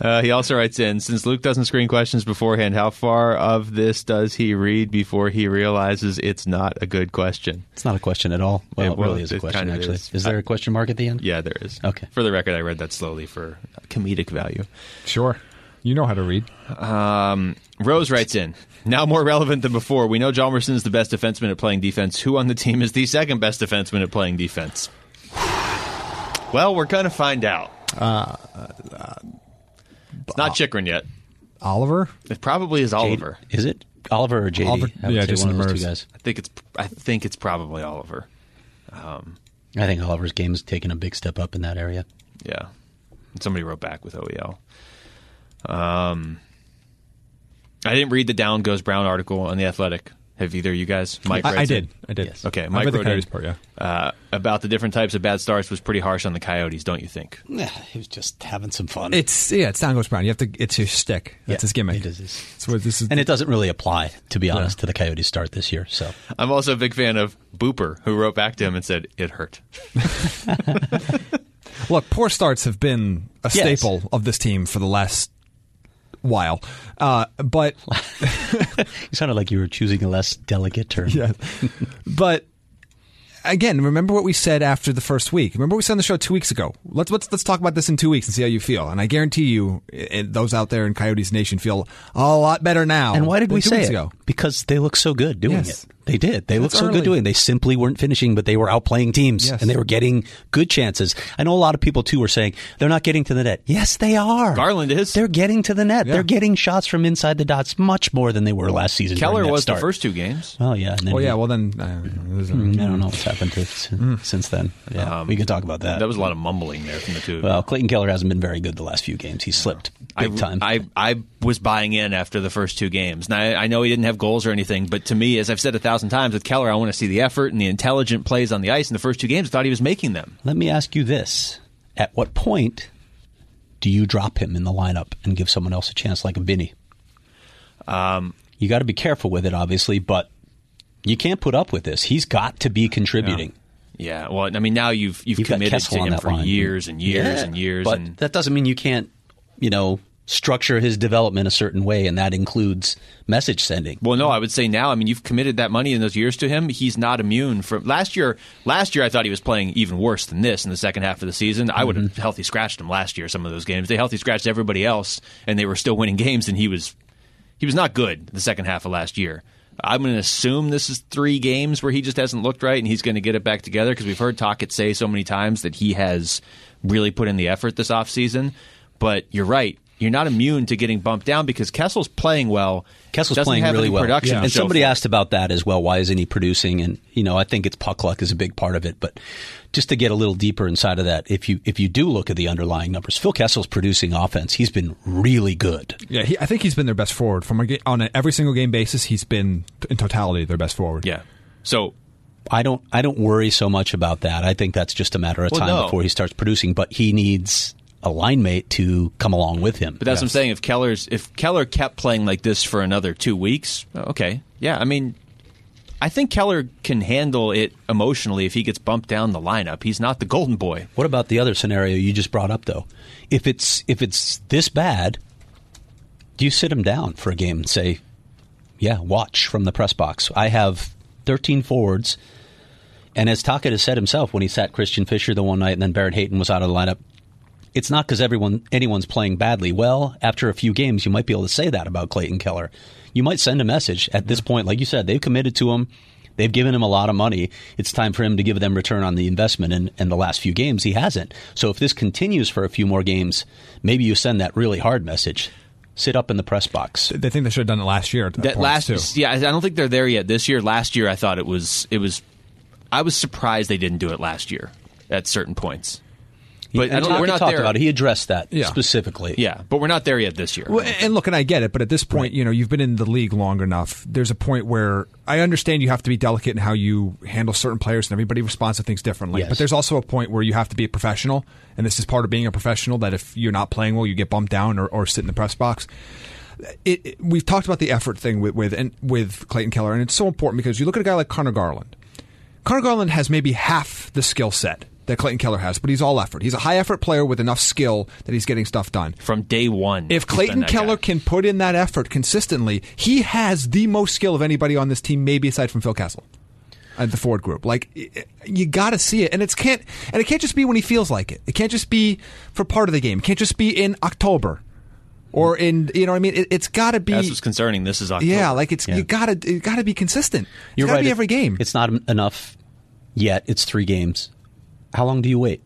S2: Uh, he also writes in Since Luke doesn't screen questions beforehand, how far of this does he read before he realizes it's not a good question?
S4: It's not a question at all. Well,
S2: Yeah,
S4: it
S2: well,
S4: really is a
S2: it
S4: question,
S2: kind of
S4: actually.
S2: is.
S4: Is. there a question mark at the end?
S2: Yeah, there is.
S4: Okay.
S2: For the record, I read that slowly for comedic value.
S5: Sure. You know how to read.
S2: Rose writes in Now more relevant than before, we know Jalmerson is the best defenseman at playing defense. Who on the team is the second best defenseman at playing defense? Well, we're going to find out. it's not Chikrin yet.
S5: Oliver?
S2: It probably is Oliver.
S4: Is it Oliver or JD?
S5: Oliver-
S4: I would
S5: yeah,
S4: say
S5: Jason
S4: one of those
S5: Demers.
S4: two guys.
S2: I think it's I think it's probably Oliver.
S4: I think Oliver's game's taken a big step up in that area.
S2: Yeah. And somebody wrote back with OEL. Um, I didn't read the Down Goes Brown article on The Athletic. Have either of you guys? Mike
S3: I, I
S2: writes it.
S3: did. I did.
S4: Yes.
S2: Okay,
S3: I
S2: Mike
S3: read the
S2: wrote
S3: Coyotes
S2: in,
S3: part, yeah.
S2: Uh, about the different types of bad starts was pretty harsh on the Coyotes, don't you think?
S4: Yeah, he was just having some fun.
S3: It's yeah, it's Don Goes Brown. You have to. It's his shtick. That's
S4: Yeah,
S3: his gimmick.
S4: it is his-
S3: It's what this is.
S4: and it doesn't really apply, to be honest, to the Coyotes start this year. So
S2: I'm also a big fan of Booper, who wrote back to him and said, It hurt.
S3: Look, poor starts have been a
S4: Yes.
S3: staple of this team for the last while, uh, but
S4: you sounded like you were choosing a less delicate term.
S3: yeah. but again, remember what we said after the first week. Remember what we said on the show two weeks ago. Let's let's let's talk about this in two weeks and see how you feel. And I guarantee you, i- i- those out there in Coyotes Nation feel a lot better now.
S4: And why did
S3: than
S4: we
S3: two
S4: say
S3: weeks
S4: it?
S3: ago.
S4: Because they look so good doing
S3: Yes.
S4: it. They did. They looked
S3: That's
S4: so
S3: early.
S4: good doing it. They simply weren't finishing, but they were outplaying teams
S3: Yes.
S4: and they were getting good chances. I know a lot of people too were saying they're not getting to the net. Yes, they are.
S2: Garland is.
S4: They're getting to the net.
S3: Yeah.
S4: They're getting shots from inside the dots much more than they were last season. during
S2: Keller
S4: that
S2: was
S4: start.
S2: the first two games.
S4: Oh yeah. And then
S3: Well, yeah.
S4: he-
S3: Well, then uh, there's a-
S4: I don't know what's happened to, since, since then. Yeah, we could talk about
S3: Uh,
S4: that.
S2: That was a lot of mumbling there from the two of you.
S4: well, Clayton Keller hasn't been very good the last few games. He slipped big
S2: I,
S4: time.
S2: I, I was buying in after the first two games. Now, I, I know he didn't have goals or anything, but to me, as I've said a thousand times with Keller, I want to see the effort and the intelligent plays on the ice. In the first two games, I thought he was making them.
S4: Let me ask you this: At what point do you drop him in the lineup and give someone else a chance, like a Binny?
S2: Um,
S4: you got to be careful with it, obviously, but you can't put up with this. He's got to be contributing.
S2: Yeah, well, I mean, now you've you've,
S4: You've got
S2: committed
S4: Kessel
S2: to
S4: on
S2: him
S4: that
S2: for
S4: line.
S2: years and years
S4: Yeah,
S2: and years.
S4: but
S2: and
S4: that doesn't mean you can't, you know, structure his development a certain way, and that includes message sending.
S2: well, no, I would say now. I mean, you've committed that money in those years to him. He's not immune from last year. Last year, I thought he was playing even worse than this in the second half of the season. I would have
S4: Mm-hmm.
S2: healthy scratched him last year. Some of those games, they healthy scratched everybody else, and they were still winning games. And he was he was not good the second half of last year. I'm going to assume this is three games where he just hasn't looked right, and he's going to get it back together because we've heard Tockett say so many times that he has really put in the effort this offseason. But you're right. You're not immune to getting bumped down because Kessel's playing well.
S4: Kessel's
S2: doesn't
S4: playing
S2: have
S4: really
S2: any
S4: well.
S2: Production to
S4: And
S2: show
S4: somebody
S2: for it.
S4: asked about that as well. Why isn't he producing? And you know, I think it's puck luck is a big part of it. But just to get a little deeper inside of that, if you if you do look at the underlying numbers, Phil Kessel's producing offense. He's been really good.
S3: Yeah, he, I think he's been their best forward from a, ga- on a, every single game basis. He's been in totality their best forward.
S2: Yeah. So
S4: I don't I don't worry so much about that. I think that's just a matter of
S2: Well,
S4: time
S2: no.
S4: before he starts producing. But he needs a line mate to come along with him.
S2: But that's what I'm saying. If Keller's if Keller kept playing like this for another two weeks, okay, yeah. I mean, I think Keller can handle it emotionally if he gets bumped down the lineup. He's not the golden boy.
S4: What about the other scenario you just brought up though? If it's if it's this bad, do you sit him down for a game and say, "Yeah, watch from the press box. I have 13 forwards." And as Taka has said himself when he sat Christian Fisher the one night and then Barrett Hayton was out of the lineup, it's not because everyone anyone's playing badly. Well, after a few games, you might be able to say that about Clayton Keller. You might send a message at this point, like you said, they've committed to him, they've given him a lot of money. It's time for him to give them return on the investment. And in the last few games, he hasn't. So if this continues for a few more games, maybe you send that really hard message: sit up in the press box.
S3: They think they should have done it last year. At that,
S2: That
S3: point,
S2: last,
S3: too.
S2: yeah, I I don't think they're there yet. This year, last year, I thought it was it was. I was surprised they didn't do it last year at certain points. But I
S4: And
S2: don't,
S4: Taka
S2: we're not
S4: talked
S2: there.
S4: about it. He addressed that
S3: Yeah.
S4: specifically.
S2: Yeah, but we're not there yet this year.
S3: Well, and look, and I get it, but at this point, you know, you've been in the league long enough. There's a point where I understand you have to be delicate in how you handle certain players, and everybody responds to things differently.
S4: Yes.
S3: But there's also a point where you have to be a professional, and this is part of being a professional. That if you're not playing well, you get bumped down or, or sit in the press box. It, it- we've talked about the effort thing with with, and with Clayton Keller, and it's so important because you look at a guy like Connor Garland. Connor Garland has maybe half the skill set that Clayton Keller has, but he's all effort. He's a high effort player with enough skill that he's getting stuff done.
S2: From day one. he's
S3: If
S2: been
S3: Clayton
S2: that
S3: Keller
S2: guy.
S3: can put in that effort consistently, he has the most skill of anybody on this team, maybe aside from Phil Kessel at the Ford Group. Like i- i- you got to see it, and it's can't and it can't just be when he feels like it. It can't just be for part of the game. It can't just be in October or in you know what I mean. It, it's got to be
S2: That's what's concerning. This is October.
S3: yeah, like it's
S4: Yeah.
S3: you got to you got to be consistent. It's
S4: You're
S3: got to
S4: right.
S3: be
S4: it-
S3: every game.
S4: It's not en- enough yet. It's three games. How long do you wait?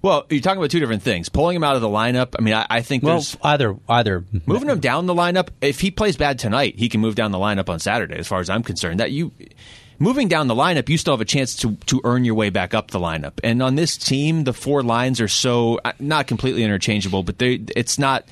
S2: Well, you're talking about two different things. Pulling him out of the lineup. I mean, I, I think
S4: Well,
S2: there's
S4: either either
S2: moving him down the lineup. If he plays bad tonight, he can move down the lineup on Saturday. As far as I'm concerned, that you moving down the lineup, you still have a chance to to earn your way back up the lineup. And on this team, the four lines are so uh, not completely interchangeable, but they it's not.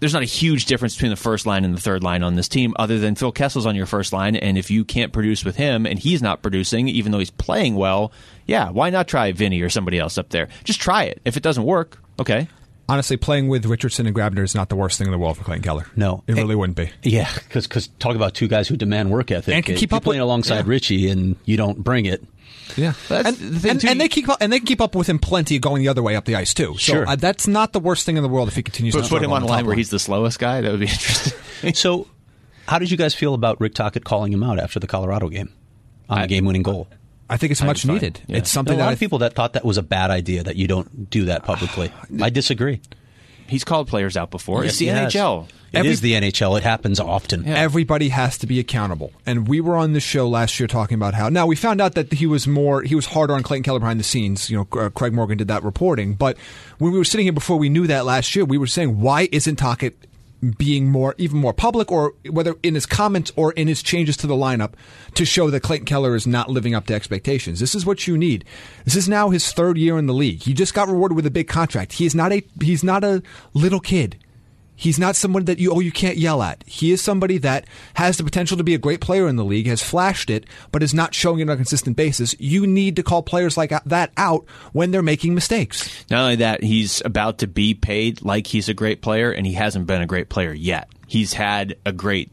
S2: There's not a huge difference between the first line and the third line on this team, other than Phil Kessel's on your first line. And if you can't produce with him and he's not producing, even though he's playing well, yeah, why not try Vinny or somebody else up there? Just try it. If it doesn't work, okay.
S3: Honestly, playing with Richardson and Grabner is not the worst thing in the world for Clayton Keller.
S4: No.
S3: it
S4: And-
S3: really wouldn't be.
S4: Yeah, because talk about two guys who demand work ethic
S3: And can
S4: If
S3: keep
S4: you're
S3: up with-
S4: playing alongside
S3: yeah.
S4: Richie, and you don't bring it.
S3: Yeah,
S2: That's
S3: and,
S2: the thing,
S3: and-
S2: too.
S3: and they keep up, and they can keep up with him plenty going the other way up the ice too. So
S4: Sure.
S3: uh, that's not the worst thing in the world if he continues.
S2: But
S3: to
S2: put
S3: struggle
S2: him on a
S3: the
S2: line
S3: top
S2: where he's the slowest guy. That would be interesting.
S4: So, how did you guys feel about Rick Tockett calling him out after the Colorado game on a game-winning goal?
S3: I think it's much
S2: fine.
S3: needed.
S2: Yeah.
S3: It's
S4: There
S3: something
S4: are a lot
S3: that I
S4: of people that thought that was a bad idea that you don't do that publicly. I disagree.
S2: He's called players out before. it's the
S4: Yes.
S2: NHL.
S4: It
S3: Every-
S4: is the NHL. It happens often.
S3: everybody has to be accountable. And we were on the show last year talking about how. Now we found out that he was more he was harder on Clayton Keller behind the scenes. You know, uh, Craig Morgan did that reporting. But when we were sitting here before we knew that last year, we were saying why isn't Tockett being more even more public, or whether in his comments or in his changes to the lineup, to show that Clayton Keller is not living up to expectations. This is what you need. This is now his third year in the league. He just got rewarded with a big contract. He's not a he's not a little kid. He's not someone that you oh you can't yell at. He is somebody that has the potential to be a great player in the league, has flashed it, but is not showing it on a consistent basis. You need to call players like that out when they're making mistakes.
S2: Not only that, he's about to be paid like he's a great player, and he hasn't been a great player yet. He's had a great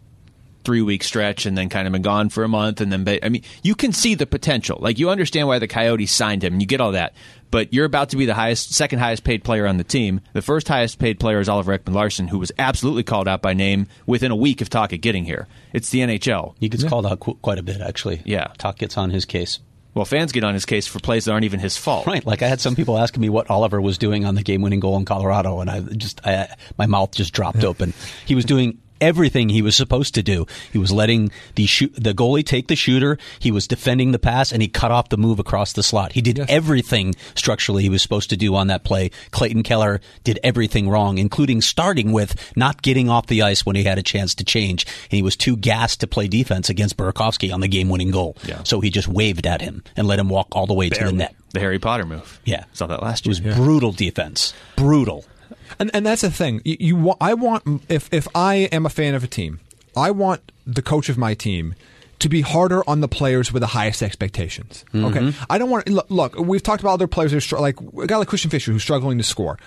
S2: three week stretch and then kind of been gone for a month. And then, ba- I mean, you can see the potential. Like, you understand why the Coyotes signed him, and you get all that. But you're about to be the highest, second highest paid player on the team. The first highest paid player is Oliver Ekman Larson, who was absolutely called out by name within a week of Taka getting here. It's the NHL.
S4: He gets called out qu- quite a bit, actually.
S2: Yeah.
S4: Tockett's on his case.
S2: Well, fans get on his case for plays that aren't even his fault.
S4: Right. Like I had some people asking me what Oliver was doing on the game-winning goal in Colorado, and I just I, my mouth just dropped open. He was doing everything he was supposed to do. He was letting the shoot the goalie take the shooter. He was defending the pass, and he cut off the move across the slot. He did everything structurally he was supposed to do on that play. Clayton Keller did everything wrong, including starting with not getting off the ice when he had a chance to change, and he was too gassed to play defense against Burakovsky on the game-winning goal.
S2: Yeah.
S4: So he just waved at him and let him walk all the way to the net.
S2: The Harry Potter move.
S4: Yeah.
S2: Saw that last
S4: It
S2: year.
S4: was brutal defense. Brutal.
S3: And and that's the thing. You, you wa- I want if if I am a fan of a team, I want the coach of my team to be harder on the players with the highest expectations. Okay, I don't want look, look. We've talked about other players who are str- like a guy like Christian Fisher who's struggling to score.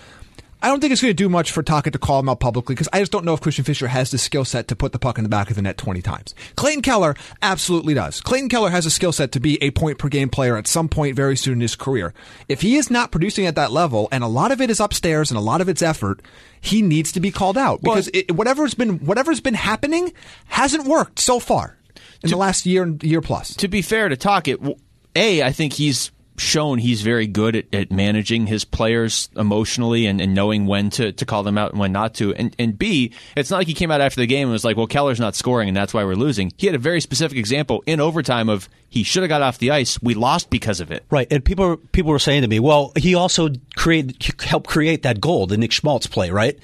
S3: I don't think it's going to do much for Taka to call him out publicly because I just don't know if Christian Fisher has the skill set to put the puck in the back of the net 20 times. Clayton Keller absolutely does. Clayton Keller has a skill set to be a point per game player at some point very soon in his career. If he is not producing at that level, and a lot of it is upstairs and a lot of it's effort, he needs to be called out because it, whatever's been whatever's been happening hasn't worked so far in the last year and year plus.
S2: to be fair to Tockett, w- A, I think he's shown he's very good at, at managing his players emotionally and, and knowing when to, to call them out and when not to. And, and B, it's not like he came out after the game and was like, well, Keller's not scoring and that's why we're losing. He had a very specific example in overtime of he should have got off the ice. We lost because of it.
S4: Right, and people people were saying to me, "Well, he also created he helped create that goal, the Nick Schmaltz play, right?"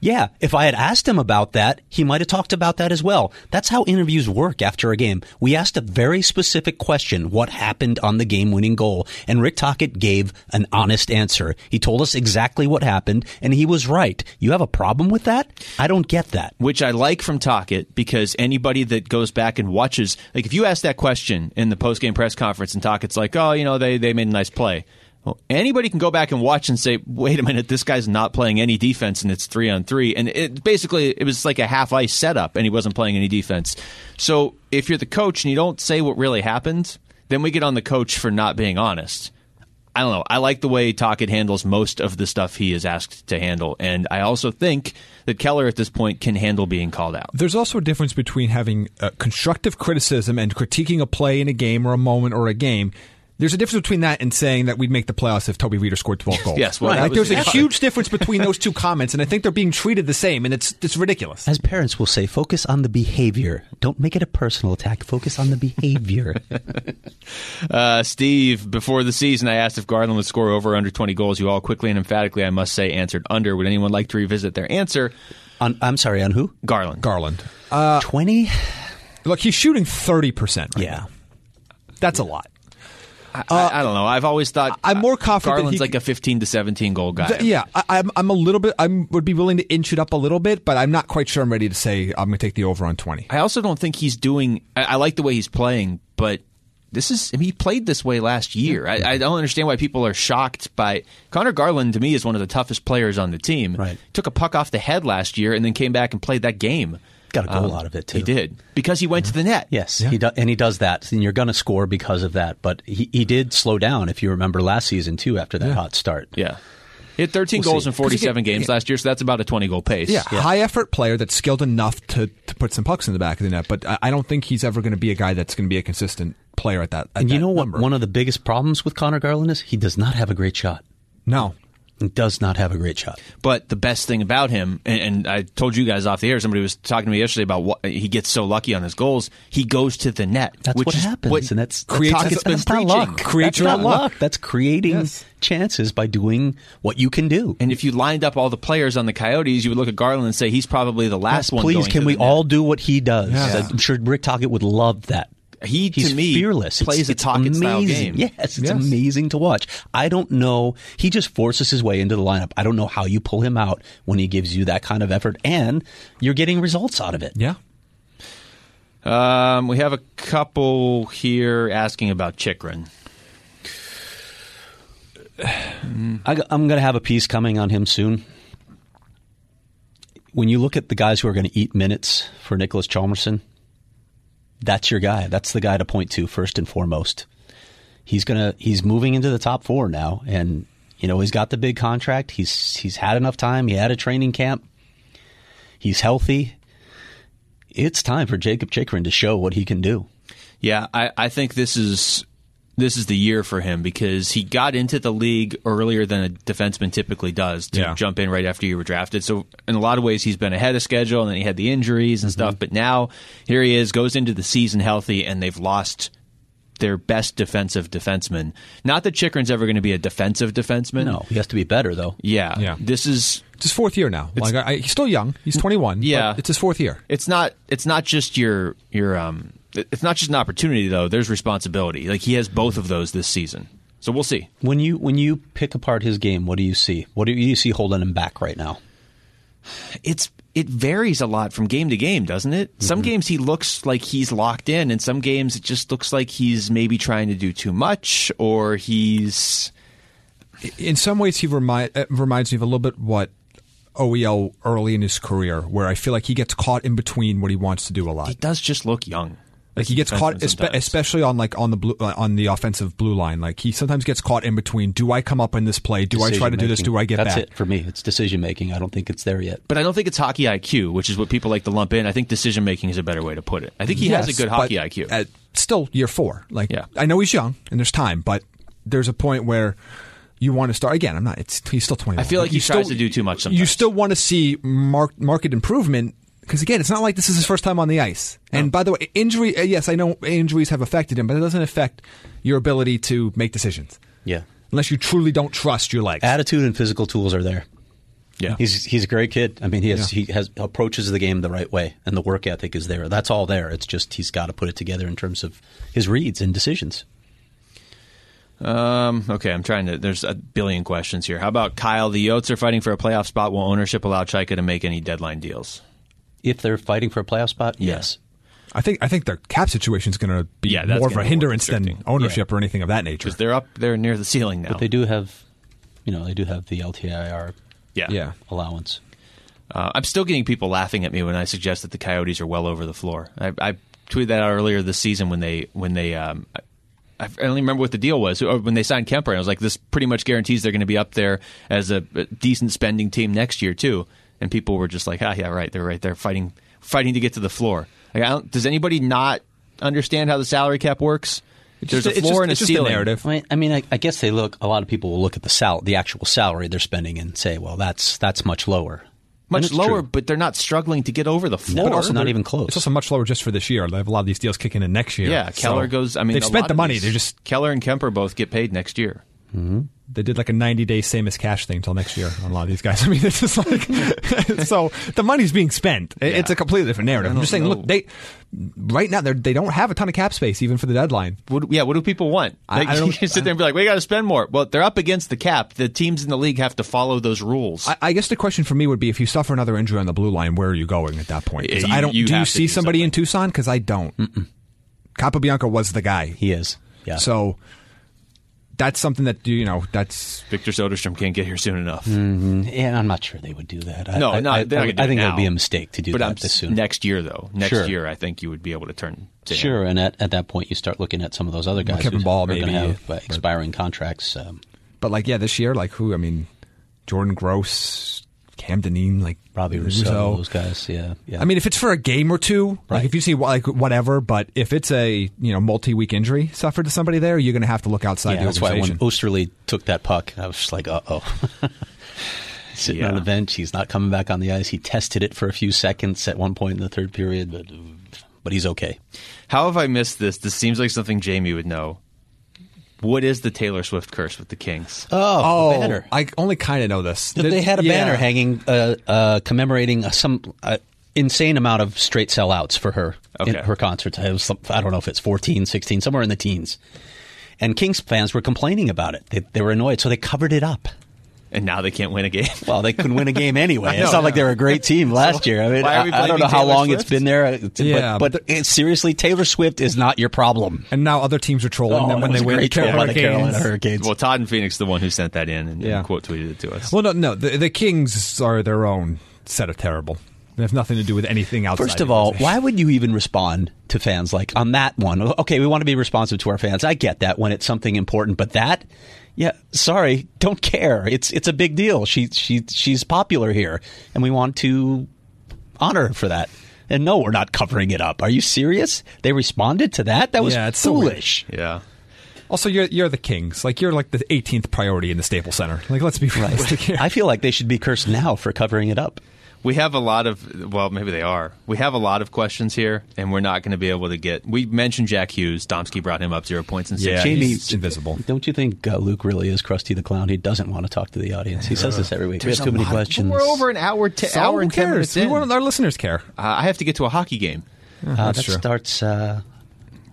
S4: Yeah, if I had asked him about that, he might have talked about that as well. That's how interviews work after a game. We asked a very specific question, what happened on the game-winning goal, and Rick Tockett gave an honest answer. He told us exactly what happened, and he was right. You have a problem with that? I don't get that.
S2: which I like from Tockett because anybody that goes back and watches, like if you ask that question in the post game press conference and Tockett's like, oh, you know, they, they made a nice play. Well, anybody can go back and watch and say, wait a minute, this guy's not playing any defense and it's three on three. And it basically, it was like a half ice setup and he wasn't playing any defense. So if you're the coach and you don't say what really happened, then we get on the coach for not being honest. I don't know. I like the way Tockett handles most of the stuff he is asked to handle, and I also think that Keller at this point can handle being called out.
S3: There's also a difference between having uh, constructive criticism and critiquing a play in a game or a moment or a game. There's a difference between that and saying that we'd make the playoffs if Toby Reader scored 12 goals.
S2: Yes, well, that
S3: like,
S2: was
S3: there's a
S2: the-
S3: huge difference between those two comments, and I think they're being treated the same, and it's it's ridiculous.
S4: As parents will say, focus on the behavior. Don't make it a personal attack. Focus on the behavior.
S2: Uh, Steve, before the season, I asked if Garland would score over or under 20 goals. You all quickly and emphatically, I must say, answered under. Would anyone like to revisit their answer?
S4: on, I'm sorry, on who?
S2: Garland.
S3: Garland,
S2: Uh,
S4: 20?
S3: look, he's shooting 30 percent. Right
S4: Yeah.
S3: now. that's a lot.
S2: I, I, I don't know. I've always thought
S3: uh, I'm more confident that
S2: Garland's
S3: he-
S2: like a 15 to 17 goal guy.
S3: Th- yeah, I, I'm I'm a little bit. I would be willing to inch it up a little bit, but I'm not quite sure I'm ready to say I'm going to take the over on 20.
S2: I also don't think he's doing. I, I like the way he's playing, but this is. I mean, he played this way last year. I, I don't understand why people are shocked by Connor Garland. To me, is one of the toughest players on the team.
S4: Right.
S2: Took a puck off the head last year and then came back and played that game. Um,
S4: Got a goal out of it, too.
S2: He did because he went to the net.
S4: Yes, he do, and he does that, and you're going to score because of that. But he, he did slow down, if you remember last season too, after that hot start.
S2: Yeah. He had 13 goals in 47 games last year, so that's about a 20 goal pace.
S3: Yeah, high effort player that's skilled enough to, to put some pucks in the back of the net, but I, I don't think he's ever going to be a guy that's going to be a consistent player at that. At
S4: And you
S3: that
S4: know what?
S3: number.
S4: One of the biggest problems with Connor Garland is he does not have a great shot.
S3: no,
S4: He does not have a great shot.
S2: But the best thing about him, and, and I told you guys off the air, somebody was talking to me yesterday about what he gets so lucky on his goals. He goes to the net.
S4: That's
S2: which
S4: what
S2: is
S4: happens,
S2: what
S4: and that's
S2: creates-
S4: that's,
S2: Tockett's been
S4: that's not
S2: preaching.
S4: luck.
S3: Creates
S4: that's
S3: your
S4: not
S3: own
S4: luck.
S3: luck.
S4: That's creating
S3: Yes.
S4: chances by doing what you can do.
S2: And if you lined up all the players on the Coyotes, you would look at Garland and say he's probably the last one.
S4: Please,
S2: going
S4: can
S2: to
S4: we
S2: the net.
S4: all do what he does?
S3: Yeah.
S4: I'm sure Rick Tockett would love that.
S2: He, to
S4: He's
S2: me,
S4: fearless.
S2: plays
S4: it's,
S2: a
S4: it's
S2: Tockett
S4: amazing.
S2: style game.
S4: Yes, it's
S3: Yes.
S4: amazing to watch. I don't know. He just forces his way into the lineup. I don't know how you pull him out when he gives you that kind of effort, and you're getting results out of it.
S3: yeah,
S2: Um, we have a couple here asking about Chikrin.
S4: I, am going to have a piece coming on him soon. When you look at the guys who are going to eat minutes for Nicholas Chalmerson, that's your guy. That's the guy to point to first and foremost. He's gonna. He's moving into the top four now, and you know he's got the big contract. He's he's had enough time. He had a training camp. He's healthy. It's time for Jacob Chikrin to show what he can do.
S2: Yeah, I, I think this is this is the year for him because he got into the league earlier than a defenseman typically does to
S3: Yeah.
S2: jump in right after you were drafted. So in a lot of ways he's been ahead of schedule and then he had the injuries and stuff, but now here he is, goes into the season healthy and they've lost their best defensive defenseman. Not that Chikrin's ever going to be a defensive defenseman.
S4: No, he has to be better though.
S2: Yeah.
S3: Yeah.
S2: This is
S3: it's his fourth year now. Like I, he's still young. He's
S4: Mm,
S3: 21. but
S2: Yeah.
S3: it's his fourth year.
S2: it's not it's not just your your um it's not just an opportunity though. There's responsibility. Like he has both of those this season. So we'll see.
S4: When you when you pick apart his game, what do you see? What do you see holding him back right now?
S2: It's it varies a lot from game to game, doesn't it? Some
S3: Mm-hmm.
S2: games he looks like he's locked in and some games it just looks like he's maybe trying to do too much or he's
S3: in some ways, he remind, uh, reminds me of a little bit what OEL early in his career, where I feel like he gets caught in between what he wants to do a lot.
S2: he does just look young.
S3: like he gets
S2: Defenseman
S3: caught, espe-
S2: sometimes.
S3: especially on like on the blue, uh, on the offensive blue line. Like he sometimes gets caught in between. Do I come up in this play? Do I try to do this?
S4: Decision-making.
S3: Do I get
S4: That's
S3: back?
S4: it for me. It's decision making. I don't think it's there yet.
S2: But I don't think it's hockey IQ, which is what people like to lump in. I think decision making is a better way to put it. I think he has
S3: Yes,
S2: a good hockey
S3: but
S2: IQ.
S3: At still year four. Like
S2: Yeah.
S3: I know he's young and there's time, but there's a point where you want to start again. I'm not. It's he's still 21.
S2: I feel like
S3: But
S2: he
S3: you
S2: tries
S3: still-
S2: to do too much
S3: You
S2: sometimes.
S3: still want to see mark, market improvement because again, it's not like this is his first time on the ice. And by the way, injury. uh, Yes, I know injuries have affected him, but it doesn't affect your ability to make decisions
S4: Yeah.
S3: unless you truly don't trust your legs.
S4: Attitude and physical tools are there.
S2: yeah.
S4: He's he's a great kid. I mean, he has
S3: Yeah.
S4: he has approaches the game the right way, and the work ethic is there. That's all there. It's just he's got to put it together in terms of his reads and decisions.
S2: Um, okay, I'm trying to. There's a billion questions here. How about Kyle? The Yotes are fighting for a playoff spot. Will ownership allow Chaika to make any deadline deals?
S4: If they're fighting for a playoff spot,
S2: Yeah.
S4: yes.
S3: I think I think the cap situation is going to be
S2: Yeah, that's
S3: more of
S2: gonna be
S3: a
S2: more
S3: hindrance than
S2: restricting.
S3: ownership or anything of that nature.
S2: Because they're up there near the ceiling now.
S4: But they do have, you know, they do have the LTIR
S2: Yeah.
S3: Yeah.
S4: allowance.
S2: Uh, I'm still getting people laughing at me when I suggest that the Coyotes are well over the floor. I, I tweeted that out earlier this season when they when they um, I f- I don't even remember what the deal was Or when they signed Kemper. I was like, this pretty much guarantees they're going to be up there as a a decent spending team next year too. And people were just like, ah, yeah, right, they're right, they're fighting, fighting to get to the floor. Like, I don't, does anybody not understand how the salary cap works? There's
S3: just-
S2: a
S3: it's
S2: floor
S3: just-
S2: and a
S3: it's just a
S2: ceiling.
S3: narrative.
S4: I mean, I, mean I, I guess they look. A lot of people will look at the sal, the actual salary they're spending, and say, "Well, that's that's much lower." And
S2: much
S4: it's
S2: lower,
S4: true.
S2: but they're not struggling to get over the floor.
S4: But also not
S3: they're-
S4: even close.
S3: It's also much lower just for this year. They have a lot of these deals kicking in next year.
S2: yeah, Keller
S3: So
S2: goes. I mean,
S3: they've
S2: a
S3: spent
S2: lot
S3: the
S2: of
S3: money.
S2: these-
S3: They just
S2: Keller and Kemper both get paid next year.
S3: they did like a 90 day same as cash thing until next year on a lot of these guys. I mean, it's just like so the money's being spent. It- It's a completely different narrative. I'm just saying, look, they right now they they don't have a ton of cap space even for the deadline.
S2: What, yeah, what do people want?
S3: I-
S2: Like,
S3: I
S2: you
S3: don't-
S2: can sit there and be like, "We got to spend more." Well, they're up against the cap. The teams in the league have to follow those rules.
S3: I, I guess the question for me would be if you suffer another injury on the blue line, where are you going at that point? 'Cause
S2: Yeah, you-
S3: I don't.
S2: you
S3: do you
S2: have to
S3: see
S2: do
S3: somebody
S2: something.
S3: in Tucson? Because I don't. Capabianco was the guy.
S4: He is. Yeah.
S3: So that's something that you know that's
S2: Victor Soderstrom can't get here soon enough.
S3: Hmm.
S4: yeah, I'm not sure they would do that. I,
S2: No,
S4: I,
S2: not-
S4: I,
S2: they're not
S4: I,
S2: gonna do
S4: I
S2: it
S4: think it
S2: now.
S4: would be a mistake to do
S2: but
S4: that
S2: I'm
S4: this
S2: s-
S4: soon.
S2: next year, though. Next
S4: Sure.
S2: year, I think you would be able to turn. To him.
S4: Sure, and at, at that point, you start looking at some of those other guys
S3: Kevin
S4: who
S3: Ball,
S4: are going to
S3: maybe,
S4: have uh,
S3: but-
S4: expiring contracts. Um,
S3: But like, yeah, this year, like who? I mean, Jordan Gross, Cam Deneen, like
S4: Robbie Rousseau, those guys. Yeah, yeah.
S3: I mean, if it's for a game or two, like
S4: Right.
S3: if you see like whatever, but if it's a you know multi-week injury suffered to somebody there, you're going to have to look outside
S4: yeah,
S3: the
S4: that's why when
S3: organization.
S4: Osterley took that puck, I was just like, uh oh. Sitting on
S2: Yeah.
S4: the bench, he's not coming back on the ice. He tested it for a few seconds at one point in the third period, but but he's okay.
S2: How have I missed this? This seems like something Jamie would know. What is the Taylor Swift curse with the Kings?
S4: Oh, the
S3: oh,
S4: banner.
S3: I only kind of know this.
S4: Th- they had a
S3: Yeah.
S4: banner hanging uh, uh, commemorating uh, some uh, insane amount of straight sellouts for her in
S2: Okay.
S4: her concerts. I, was, some- I don't know if it's 14, 16, somewhere in the teens. And Kings fans were complaining about it. They, they were annoyed, so they covered it up.
S2: And now they can't win a game.
S4: Well, they couldn't win a game anyway. it's not like they were a great team last year. I mean,
S2: why are we
S4: I, I don't know
S2: blaming
S4: how
S2: Taylor
S4: long
S2: Swift?
S4: it's been there. uh, But,
S3: Yeah,
S4: but,
S3: but
S4: it- seriously, Taylor Swift is not your problem.
S3: And now other teams are trolling
S4: Oh,
S3: them
S4: that
S3: when
S4: was
S3: they
S4: a
S3: win.
S4: great troll by the
S3: Hurricanes.
S4: Carolina Hurricanes.
S2: well, Todd and Phoenix, the one who sent that in and,
S3: Yeah.
S2: and quote tweeted it to us.
S3: Well, no, no, the, the Kings are their own set of terrible. They have nothing to do with anything outside.
S4: First of
S3: the
S4: all,
S3: organization.
S4: why would you even respond to fans like on that one? Okay, we want to be responsive to our fans. I get that when it's something important, but that, yeah, sorry, don't care. It's it's a big deal. She she she's popular here, and we want to honor her for that. And no, we're not covering it up. Are you serious? They responded to that. That was
S3: Yeah, it's so weird.
S4: foolish.
S2: yeah.
S3: Also, you're you're the Kings. Like you're like the 18th priority in the Staples Center. Like let's be realistic here.
S4: I feel like they should be cursed now for covering it up.
S2: We have a lot of well, maybe they are. We have a lot of questions here, and we're not going to be able to get. We mentioned Jack Hughes. Domsky brought him up zero points and six.
S3: Yeah,
S4: Jamie-
S3: he's invisible.
S4: Don't you think uh, Luke really is Krusty the Clown? He doesn't want to talk to the audience. He says this every week. we have too many questions.
S2: We're over an hour, t-
S3: So
S2: hour
S3: Oh, who
S2: and ten
S3: cares?
S2: minutes
S3: We
S2: in.
S3: want our listeners care.
S2: Uh, I have to get to a hockey game.
S4: Uh,
S3: That's
S4: that
S3: true.
S4: starts uh,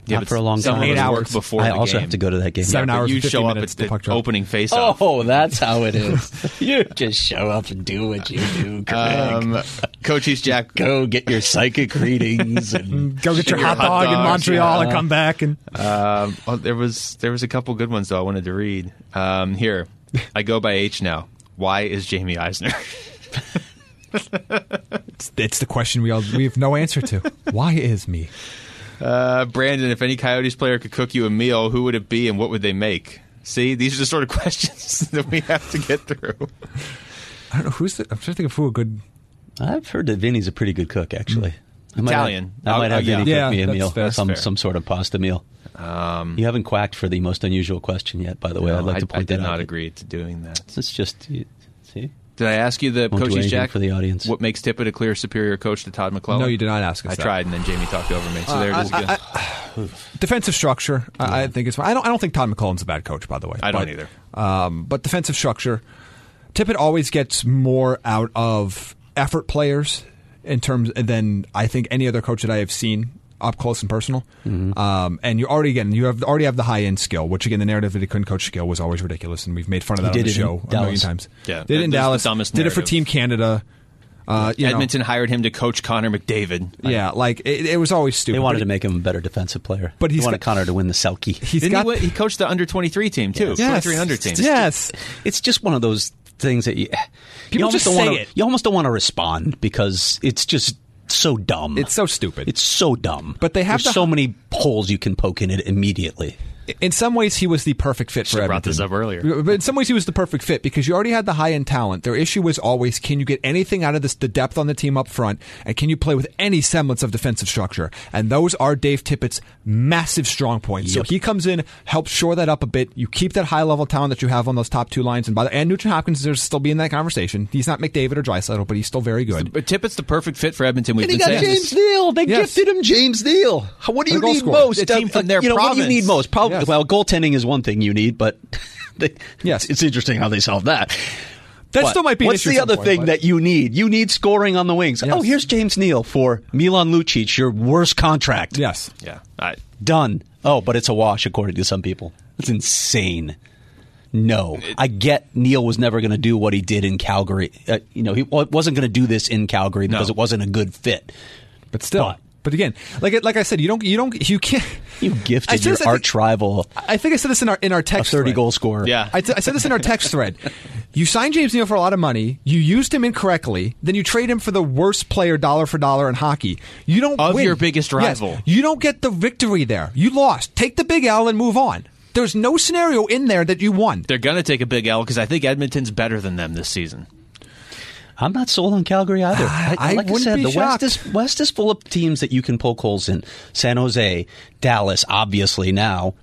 S2: Yeah,
S4: not
S2: but
S4: for a long
S2: some
S4: time.
S2: of
S3: Eight
S2: us work
S3: hours.
S2: before.
S4: I
S2: the
S4: also
S2: game.
S4: have to go to that game.
S3: Seven
S2: But
S3: hours
S2: You
S3: and 50
S2: show up
S3: minutes
S2: at
S3: to puck
S2: the
S3: drop.
S2: opening face off.
S4: Oh, that's how it is. you just show up and do what you do, Craig.
S2: Um, Cochise Jack.
S4: Go get your psychic readings
S2: Mm.
S4: and
S3: Go get your
S2: Your
S3: hot
S2: hot
S3: dog in
S2: dogs,
S3: Montreal
S2: yeah.
S3: and come back and
S2: Um, oh, there was there was a couple good ones though. I wanted to read. Um, here, I go by H now. Why is Jamie Eisner?
S3: It's the question we all we have no answer to. Why is me?
S2: Uh, Brandon, if any Coyotes player could cook you a meal, who would it be and what would they make? See, these are the sort of questions that we have to get through.
S3: I don't know who's the. I'm trying to think of who a good.
S4: I've heard that Vinny's a pretty good cook, actually. I might
S2: Italian.
S4: Have, I might
S2: Oh,
S4: have
S2: yeah.
S4: Vinny
S3: Yeah,
S4: cook me a
S3: that's
S4: meal,
S3: fair.
S4: some
S2: That's fair.
S4: some sort of pasta meal. Um, you haven't quacked for the most unusual question yet, by the way. I'd like
S2: I,
S4: to point
S2: I did
S4: that
S2: not
S4: out.
S2: agree to doing that.
S4: It's just you- see.
S2: Did I ask you the
S4: Won't do
S2: coach's
S4: anything
S2: Jack
S4: for the audience.
S2: What makes Tippett a clear superior coach to Todd McClellan?
S3: No, you did not ask us
S2: I
S3: that. Uh,
S2: tried, and then Jamie talked over me. So there it is again. I,
S3: Defensive structure, I, I think it's. I don't. I don't think Todd McClellan's a bad coach, by the way.
S2: don't
S3: But,
S2: either.
S3: Um, but defensive structure, Tippett always gets more out of effort players in terms than I think any other coach that I have seen up close and personal.
S2: Mm-hmm.
S3: Um, and you already again you have already have the high end skill, which again the narrative that he couldn't coach skill was always ridiculous, and we've made fun of that
S4: He
S3: on the
S4: did it in
S3: show a million
S4: Dallas.
S3: times.
S2: Yeah,
S3: did it in
S2: that- that's
S3: Dallas.
S2: the dumbest
S3: did it for
S2: narrative.
S3: Team Canada. Uh, you know.
S2: Edmonton hired him to coach Connor McDavid.
S3: Yeah, like it, it was always stupid.
S4: They wanted
S3: but
S4: to make him a better defensive player.
S3: But
S4: he
S3: he's
S4: wanted
S3: got-
S4: Connor to win the Selkie.
S3: He's
S2: Didn't
S3: got
S2: he, win- he coached the under twenty three team too.
S3: yes,
S2: Twenty three and under team.
S3: Yes,
S4: it's just one of those things that you eh,
S3: People
S4: you almost
S3: just
S4: don't
S3: say
S4: wanna,
S3: it.
S4: You almost don't want to respond because it's just so dumb.
S3: it's so stupid.
S4: it's so dumb.
S3: But they have
S4: There's
S3: to-
S4: so many holes you can poke in it immediately.
S3: in some ways he was the perfect fit for
S2: Should've brought
S3: Edmonton.
S2: this up earlier.
S3: But in some ways he was the perfect fit because you already had the high end talent. Their issue was always can you get anything out of this the depth on the team up front and can you play with any semblance of defensive structure? And those are Dave Tippett's massive strong points. So he comes in, helps shore that up a bit. You keep that high level talent that you have on those top two lines and by the and Nugent Hopkins there's still be in that conversation. He's not McDavid or Drysdale, but he's still very good.
S2: But Tippett's the perfect fit for Edmonton. We've
S4: And he
S2: been
S4: got
S2: saying this.
S4: James Neal. They
S3: Yes.
S4: gifted him James Neal. How- What do
S3: A
S4: you
S3: goal
S4: need
S3: scorer.
S4: most?
S2: A team from their
S4: you know, What do you
S2: province.
S4: need most? Probably.
S3: Yes.
S4: Well, goaltending is one thing you need, but they,
S3: Yes.
S4: it's, it's interesting how they solved that.
S3: That
S4: But
S3: still might be an
S4: What's
S3: issue at
S4: the
S3: some
S4: other
S3: point,
S4: thing
S3: but-
S4: that you need? You need scoring on the wings.
S3: Yes.
S4: Oh, here's James Neal for Milan Lucic, your worst contract.
S3: yes.
S2: Yeah, I,
S4: Done. Oh, but it's a wash according to some people. That's insane. No, I get Neil was never going to do what he did in Calgary. Uh, you know, he wa- wasn't going to do this in Calgary because it wasn't a good fit.
S3: But still.
S4: But-
S3: But, again, like I- like I said, you don't you don't you can't
S4: You
S3: I
S4: gifted
S3: said
S4: your
S3: this, I
S4: arch
S3: think-
S4: rival
S3: I think I said this in our in our
S4: a
S3: text.
S4: 30
S3: thread.
S4: goal scorer.
S2: Yeah.
S3: I, t- I said this in our text thread. You signed James Neal for a lot of money. You used him incorrectly. Then you trade him for the worst player dollar for dollar in hockey. You don't
S2: Of
S3: win.
S2: your biggest
S3: Yes.
S2: rival.
S3: You don't get the victory there. You lost. Take the big L and move on. There's no scenario in there that you won.
S2: they're going to take a big L because I think Edmonton's better than them this season.
S4: I'm not sold on Calgary either.
S3: I- I
S4: like I
S3: wouldn't
S4: said,
S3: be
S4: the
S3: shocked.
S4: West is West is full of teams that you can poke holes in. San Jose, Dallas, obviously now,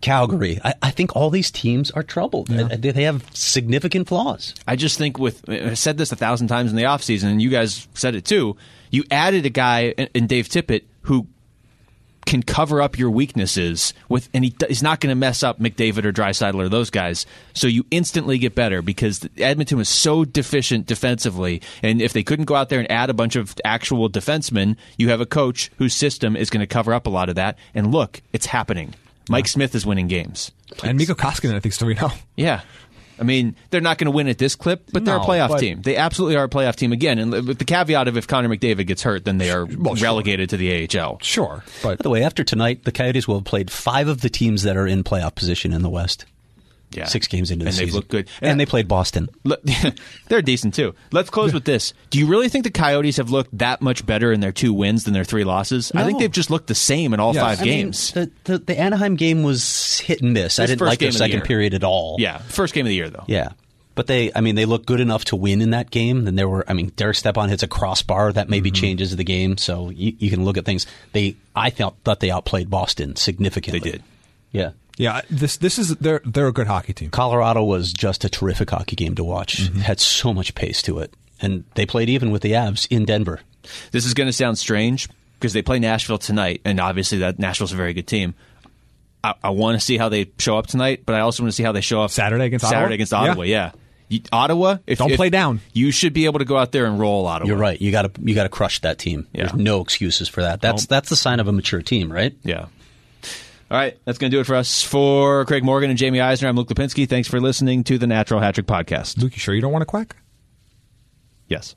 S4: Calgary. I, I think all these teams are troubled. I- they they have significant flaws.
S2: I just think with I said this a thousand times in the offseason, and you guys said it too. You added a guy in- in Dave Tippett who can cover up your weaknesses with, and he, d- he's not going to mess up McDavid or Drysaddle or those guys. So you instantly get better because Edmonton was so deficient defensively, and if they couldn't go out there and add a bunch of actual defensemen, you have a coach whose system is going to cover up a lot of that. And look, it's happening. Mike Smith is winning games.
S3: And Miko Koskinen, I think, is three oh. now.
S2: Yeah. I mean, they're not going to win at this clip, but they're a
S3: No,
S2: playoff
S3: but-
S2: team. They absolutely are a playoff team again, and with the caveat of if Connor McDavid gets hurt, then they are
S3: Well, sure.
S2: relegated to the AHL.
S3: Sure,
S4: By
S3: but
S4: the way, after tonight, the Coyotes will have played five of the teams that are in playoff position in the West.
S2: Yeah.
S4: Six games into the
S2: and
S4: season,
S2: they've looked good,
S4: and they played Boston.
S2: Le- they're decent too. Let's close with this. Do you really think the Coyotes have looked that much better in their two wins than their three losses? I think
S4: No.
S2: they've just looked the same in all
S3: Yes.
S2: five
S3: I mean,
S2: games.
S4: The, the, the Anaheim game was hit and miss. I
S2: This
S4: didn't
S2: first
S4: like their
S2: game of the
S4: second
S2: year.
S4: period at all.
S2: yeah, first game of the year though.
S4: Yeah. But they, I mean, they look good enough to win in that game. And there were, I mean, Derek Stepan hits a crossbar that maybe
S2: Mm-hmm.
S4: changes the game. So you, you can look at things. They, I felt, thought they outplayed Boston significantly.
S2: They did.
S4: Yeah.
S3: yeah, this this is they're they're a good hockey team.
S4: Colorado was just a terrific hockey game to watch. Had so much pace to it. And they played even with the Avs in Denver.
S2: This is going to sound strange because they play Nashville tonight, and obviously that Nashville's a very good team. I, I want to see how they show up tonight, but I also want to see how they show up
S3: Saturday against
S2: Saturday
S3: Ottawa?
S2: against Ottawa.
S3: Yeah.
S2: Yeah, You- Ottawa. If,
S3: Don't
S2: if-
S3: play down.
S2: You should be able to go out there and roll Ottawa.
S4: You're right. You got to, you got to crush that team.
S2: Yeah.
S4: There's no excuses for that. That's, that's the sign of a mature team, right?
S2: Yeah. All right, that's going to do it for us. For Craig Morgan and Jamie Eisner, I'm Luke Lipinski. Thanks for listening to the Natural Hat Trick Podcast.
S3: Luke, you sure you don't want to quack?
S2: Yes.